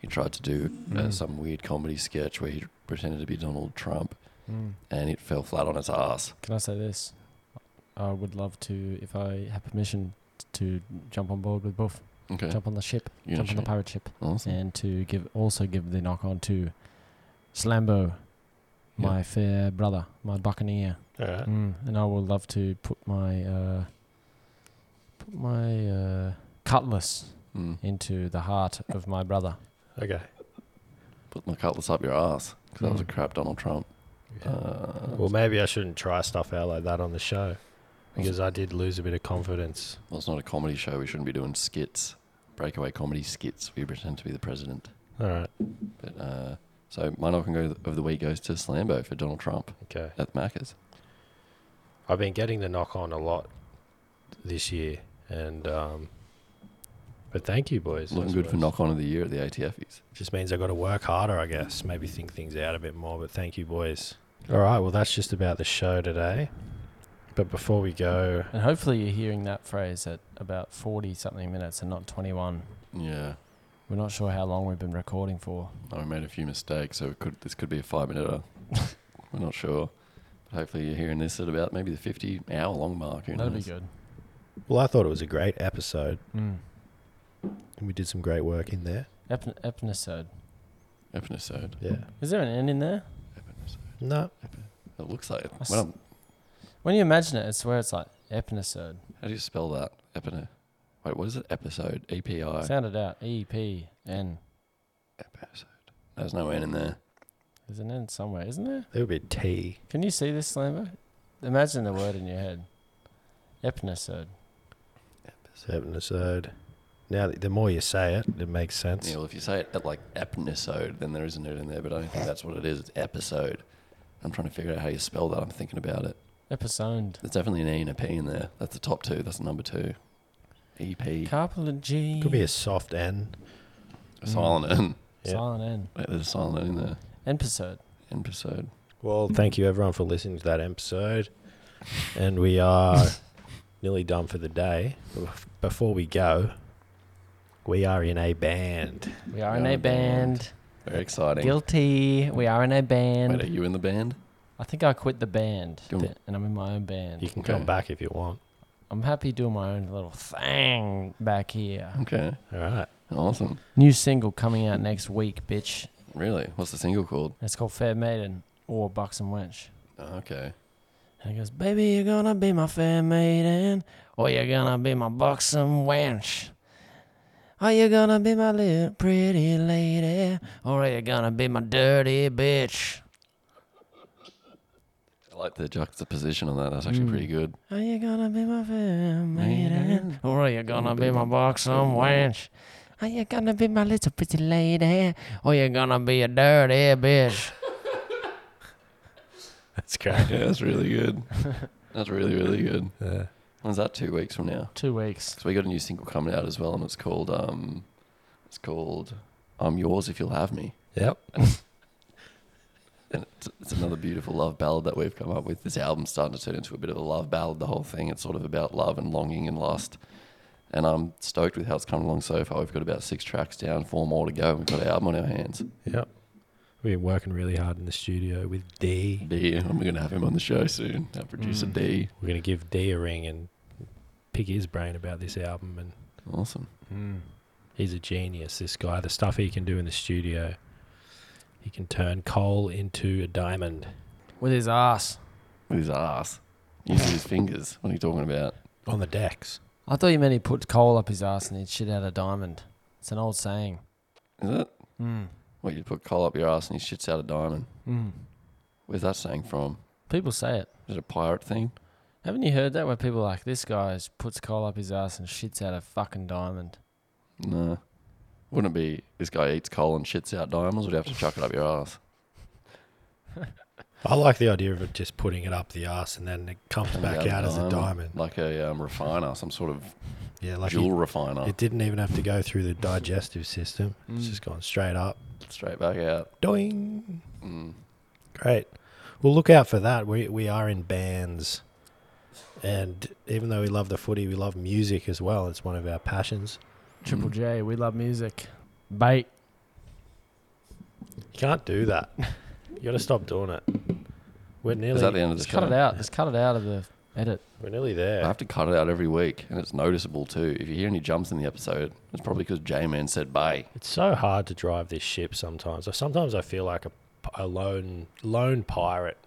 Speaker 4: he tried to do uh, some weird comedy sketch where he pretended to be Donald Trump and it fell flat on its ass.
Speaker 3: Can I say this? I would love to, if I have permission, to jump on board with Buff,
Speaker 4: Okay.
Speaker 3: jump on the ship,
Speaker 4: You're
Speaker 3: jump
Speaker 4: gonna
Speaker 3: on the
Speaker 4: change-
Speaker 3: pirate ship,
Speaker 4: Awesome.
Speaker 3: and to give also give the knock on to Slambo, my fair brother, my buccaneer.
Speaker 5: All right.
Speaker 3: Mm, and I would love to put my uh, put my uh, cutlass
Speaker 4: Mm.
Speaker 3: into the heart of my brother.
Speaker 5: Okay.
Speaker 4: Put my cutlass up your ass because that was a
Speaker 3: Mm.
Speaker 4: crap Donald Trump. Uh,
Speaker 5: Well, maybe I shouldn't try stuff out like that on the show because I did lose a bit of confidence.
Speaker 4: well, it's not a comedy show. We shouldn't be doing skits, breakaway comedy skits. We pretend to be the president.
Speaker 5: All right.
Speaker 4: But uh, so my knock and go of the week goes to Slambo for Donald Trump
Speaker 5: Okay.
Speaker 4: at the Macca's.
Speaker 5: I've been getting the knock on a lot this year, and um, but thank you, boys.
Speaker 4: Looking
Speaker 5: I
Speaker 4: good for
Speaker 5: suppose.
Speaker 4: knock on of the year at the ATFs.
Speaker 5: Just means I got to work harder, I guess. Maybe think things out a bit more, but thank you, boys. All right, well, that's just about the show today. But before we go,
Speaker 3: And hopefully you're hearing that phrase at about 40 something minutes and not 21.
Speaker 4: Yeah,
Speaker 3: We're not sure how long we've been recording for.
Speaker 4: I made a few mistakes, so it could this could be a five minute. uh, We're not sure. But hopefully, you're hearing this at about maybe the 50 hour long mark. Who
Speaker 3: That'd be
Speaker 4: knows?
Speaker 3: good.
Speaker 5: well, I thought it was a great episode,
Speaker 3: Mm.
Speaker 5: and we did some great work in there.
Speaker 3: Ep- episode.
Speaker 4: Episode.
Speaker 5: Yeah.
Speaker 3: Is there an end in there?
Speaker 4: Episode.
Speaker 5: No.
Speaker 4: It looks like it.
Speaker 3: That's-
Speaker 4: When I'm-
Speaker 3: When you imagine it, it's where it's like episode.
Speaker 4: How do you spell that? Epi- Wait, what is it? Episode. E EPI.
Speaker 3: Sound it out. E P N.
Speaker 4: Episode. There's no N in there.
Speaker 3: There's an end somewhere, isn't there?
Speaker 5: It would be T.
Speaker 3: Can you see this, Slambo? Imagine the word in your head. Episode.
Speaker 5: Episode. Now, the more you say it, it makes sense.
Speaker 4: Yeah, well, if you say it at like episode, then there is an N in there, but I don't think that's what it is. It's episode. I'm trying to figure out how you spell that. I'm thinking about it.
Speaker 3: Episode.
Speaker 4: There's definitely an E and a P in there. That's the top two. That's the number two. E EP.
Speaker 3: Couple of G.
Speaker 5: Could be a soft N.
Speaker 4: A silent N.
Speaker 5: Yeah.
Speaker 3: Silent N.
Speaker 4: Wait, there's a silent N in there.
Speaker 3: Episode.
Speaker 4: Episode.
Speaker 5: Well, thank you everyone for listening to that episode. And we are nearly done for the day. Bef- Before we go, we are in a band.
Speaker 3: We are in a
Speaker 4: Another band.
Speaker 3: band.
Speaker 4: Very exciting.
Speaker 3: Guilty. We are in a
Speaker 4: Wait, are
Speaker 3: band.
Speaker 4: you in the band?
Speaker 3: I think I quit the band
Speaker 4: Go on.
Speaker 3: bit and I'm in my own band.
Speaker 5: You can
Speaker 4: Okay.
Speaker 5: come back if you want.
Speaker 3: I'm happy doing my own little thing back here.
Speaker 5: Mm.
Speaker 4: Okay.
Speaker 5: All right.
Speaker 4: Awesome.
Speaker 3: New single coming out next week, bitch.
Speaker 4: Really? What's the single called?
Speaker 3: It's called Fair Maiden or Bucks and Wench.
Speaker 4: Oh, okay.
Speaker 3: And it goes, Baby, you're gonna be my fair maiden or you're gonna be my buxom wench.
Speaker 7: Are you gonna be my little pretty lady? Or are you gonna be my dirty bitch?
Speaker 4: I like the juxtaposition on that. That's actually pretty good.
Speaker 7: Are you gonna be my family then? Or are you gonna be my buxom wench? Are you gonna be my little pretty lady? Or you gonna be a dirty bitch?
Speaker 5: That's great.
Speaker 4: Yeah, that's really good. that's really, really good.
Speaker 5: Yeah.
Speaker 4: When's that? Two weeks from now.
Speaker 7: Two weeks.
Speaker 4: So we got a new single coming out as well, and it's called um, it's called "I'm Yours If You'll Have Me,"
Speaker 5: Yep.
Speaker 4: and it's, it's another beautiful love ballad that we've come up with. This album's starting to turn into a bit of a love ballad. The whole thing it's sort of about love and longing and lust, and I'm stoked with how it's come along so far. We've got about six tracks down, four more to go. and We've got an album on our hands.
Speaker 5: Yep. We've been working really hard in the studio with D.
Speaker 4: D, and we're gonna have him on the show soon. Our producer D,
Speaker 5: We're going to give D a ring and pick his brain about this album. And
Speaker 4: awesome.
Speaker 7: Hmm.
Speaker 5: he's a genius, this guy. The stuff he can do in the studio, he can turn coal into a diamond.
Speaker 7: With his ass.
Speaker 4: With his ass, using his fingers. What are you talking about?
Speaker 5: On the decks.
Speaker 7: I thought you meant he put coal up his ass and he'd shit out a diamond. It's an old saying.
Speaker 4: Is it? What you put coal up your ass and he shits out a diamond. Where's that saying from?
Speaker 7: Hmm. People say it.
Speaker 4: Is it a pirate thing?
Speaker 7: Haven't you heard that where people are like this guy is- puts coal up his ass and shits out a fucking diamond?
Speaker 4: No. Wouldn't it be this guy eats coal and shits out diamonds? Would have to chuck it up your ass.
Speaker 5: I like the idea of it just putting it up the ass and then it comes
Speaker 4: And
Speaker 5: back
Speaker 4: you
Speaker 5: out
Speaker 4: have
Speaker 5: as a diamond.
Speaker 4: Like a um, refiner, some sort of
Speaker 5: Yeah, like
Speaker 4: jewel
Speaker 5: it,
Speaker 4: refiner.
Speaker 5: it didn't even have to go through the digestive system.
Speaker 7: Mm.
Speaker 4: Mm.
Speaker 5: It's just gone straight up.
Speaker 4: Straight back out.
Speaker 5: Doing.
Speaker 4: Mm.
Speaker 5: Great. Well, look out for that. We we are in bands, and even though we love the footy, we love music as well. It's one of our passions.
Speaker 4: Mm.
Speaker 7: Triple J, we love music. Bait.
Speaker 5: You can't do that. You got to stop doing it. We're nearly
Speaker 4: Is that the end of this?
Speaker 7: Just cut it out. Just cut it out of the edit.
Speaker 5: we're nearly
Speaker 4: I
Speaker 5: there.
Speaker 4: have to cut it out every week, and it's noticeable too. If you hear any jumps in the episode, it's probably because J-Man said bye.
Speaker 5: It's so hard to drive this ship sometimes. I- Sometimes I feel like a, a lone lone pirate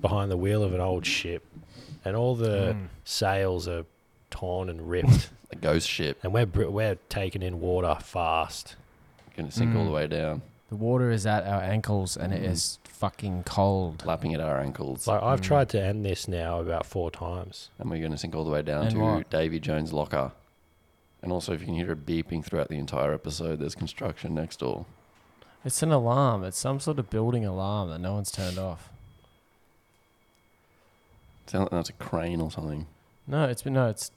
Speaker 5: behind the wheel of an old ship, and all the
Speaker 7: Hmm.
Speaker 5: sails are torn and ripped,
Speaker 4: A ghost ship
Speaker 5: and we're br- we're taking in water fast.
Speaker 4: gonna sink
Speaker 7: Mm.
Speaker 4: all the way down,
Speaker 7: The water is at our ankles and it is fucking cold.
Speaker 4: lapping at our ankles.
Speaker 5: Like I've tried to end this now about four times.
Speaker 4: and we're going to sink all the way down
Speaker 7: And
Speaker 4: to
Speaker 7: what?
Speaker 4: Davy Jones' locker. And also, if you can hear a beeping throughout the entire episode, there's construction next door.
Speaker 7: It's an alarm. It's some sort of building alarm that no one's turned off.
Speaker 4: Sound like that's a crane or something.
Speaker 7: No, it's been no, it's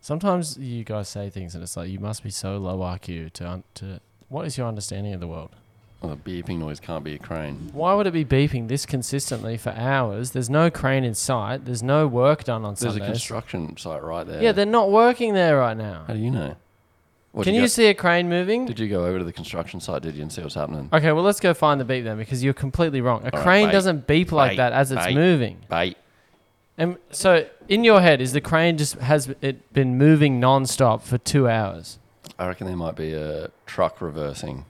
Speaker 7: Sometimes you guys say things and it's like you must be so low IQ to un- to what is your understanding of the world?
Speaker 4: Oh, the beeping noise can't be a crane.
Speaker 7: Why would it be beeping this consistently for hours? There's no crane in sight. There's no work done on
Speaker 4: There's a
Speaker 7: Sundays.
Speaker 4: construction site right there.
Speaker 7: yeah, they're not working there right
Speaker 4: How
Speaker 7: now.
Speaker 4: do you know? What,
Speaker 7: Can you,
Speaker 4: go-
Speaker 7: see a crane moving?
Speaker 4: Did you go over to the construction site? Did you and see what's happening?
Speaker 7: okay, well let's go find the beep then because you're completely wrong. A
Speaker 4: right,
Speaker 7: crane
Speaker 4: bait.
Speaker 7: doesn't beep like
Speaker 4: Bait,
Speaker 7: that as it's
Speaker 4: bait.
Speaker 7: moving.
Speaker 4: Bait.
Speaker 7: And so in your head is the crane just has it been moving non-stop for 2 hours?
Speaker 4: I reckon there might be a truck reversing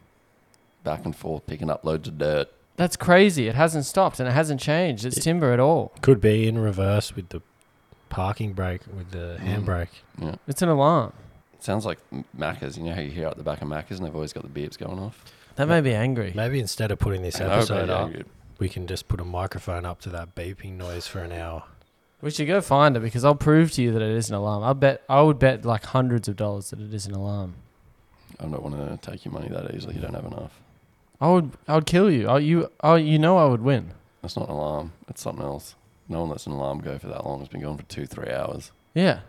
Speaker 4: back and forth, picking up loads of dirt.
Speaker 7: That's crazy. It hasn't stopped and it hasn't changed. It's timber at all.
Speaker 5: Could be in reverse with the parking brake with the handbrake.
Speaker 7: It's an alarm.
Speaker 4: Sounds like M- Macca's. You know how you hear out the back of Macca's and they've always got the beeps going off?
Speaker 7: That made me angry.
Speaker 5: Maybe instead of putting this
Speaker 4: I hope they
Speaker 5: episode up,
Speaker 4: don't.
Speaker 5: we can just put a microphone up to that beeping noise for an hour.
Speaker 7: We should go find it because I'll prove to you that it is an alarm. I bet I would bet like hundreds of dollars that it is an alarm.
Speaker 4: I don't want to take your money that easily. You don't have enough.
Speaker 7: I would I would kill you. I, you I, you know I would win.
Speaker 4: That's not an alarm. That's something else. No one lets an alarm go for that long. It's been going for two, three hours.
Speaker 7: Yeah.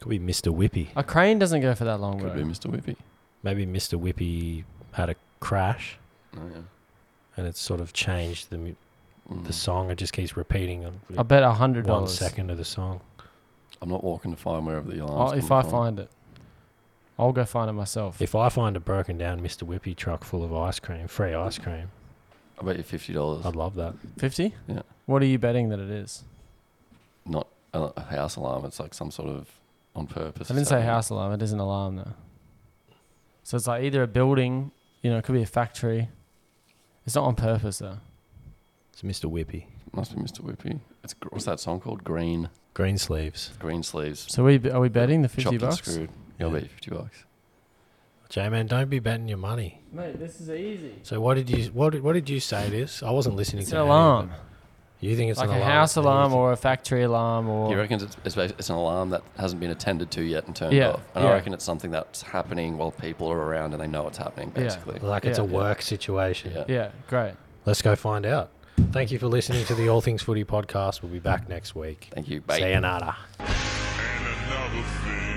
Speaker 5: Could be Mr. Whippy.
Speaker 7: A crane doesn't go for that long.
Speaker 4: Could
Speaker 7: bro.
Speaker 4: be Mr. Whippy.
Speaker 5: Maybe Mr. Whippy had a crash
Speaker 4: Oh, yeah.
Speaker 5: and it's sort of changed the mu- the
Speaker 4: Mm.
Speaker 5: song. It just keeps repeating on
Speaker 7: I bet a hundred
Speaker 5: one
Speaker 7: dollars.
Speaker 5: second of the song.
Speaker 4: I'm not walking to find wherever the
Speaker 7: Oh,
Speaker 4: alarm.
Speaker 7: if I find it, I'll go find it myself.
Speaker 5: If I find a broken down Mr. Whippy truck full of ice cream, free ice cream,
Speaker 4: I bet you fifty dollars.
Speaker 7: Um,
Speaker 5: I'd love that.
Speaker 7: Fifty?
Speaker 4: Yeah.
Speaker 7: What are you betting that it is?
Speaker 4: Not a a house alarm. It's like some sort of on purpose.
Speaker 7: I didn't say
Speaker 4: setting.
Speaker 7: house alarm. It is an alarm though. So it's like either a building, you know, it could be a factory. It's not on purpose though.
Speaker 5: It's Mr. Whippy.
Speaker 4: Must be Mr. Whippy. It's gr- what's that song called? Green,
Speaker 5: Green sleeves.
Speaker 4: green sleeves.
Speaker 7: So we are we betting the fifty
Speaker 4: chopped
Speaker 7: bucks?
Speaker 4: and screwed. You'll bet 50 bucks.
Speaker 5: J man, don't be betting your money.
Speaker 7: Mate, this is easy.
Speaker 5: So what did you what did, what did you say it is? I wasn't listening
Speaker 7: It's
Speaker 5: to
Speaker 7: an
Speaker 5: any of
Speaker 7: alarm.
Speaker 5: it. You think it's
Speaker 7: Like
Speaker 5: an
Speaker 7: a
Speaker 5: alarm?
Speaker 7: house
Speaker 5: What do you
Speaker 7: alarm
Speaker 5: think?
Speaker 7: or a factory alarm
Speaker 4: He
Speaker 7: or.
Speaker 4: reckons it's, it's, basi- it's an alarm that hasn't been attended to yet and turned
Speaker 7: Yeah,
Speaker 4: off. And
Speaker 7: yeah.
Speaker 4: I reckon it's something that's happening while people are around and they know it's happening,
Speaker 7: Yeah.
Speaker 4: basically.
Speaker 5: like it's
Speaker 7: Yeah.
Speaker 5: a work situation.
Speaker 4: Yeah.
Speaker 7: Yeah, great.
Speaker 5: Let's go find out. Thank you for listening to the All Things Footy podcast. We'll be back next week.
Speaker 4: Thank you, mate.
Speaker 5: Sayonara.
Speaker 8: another thing.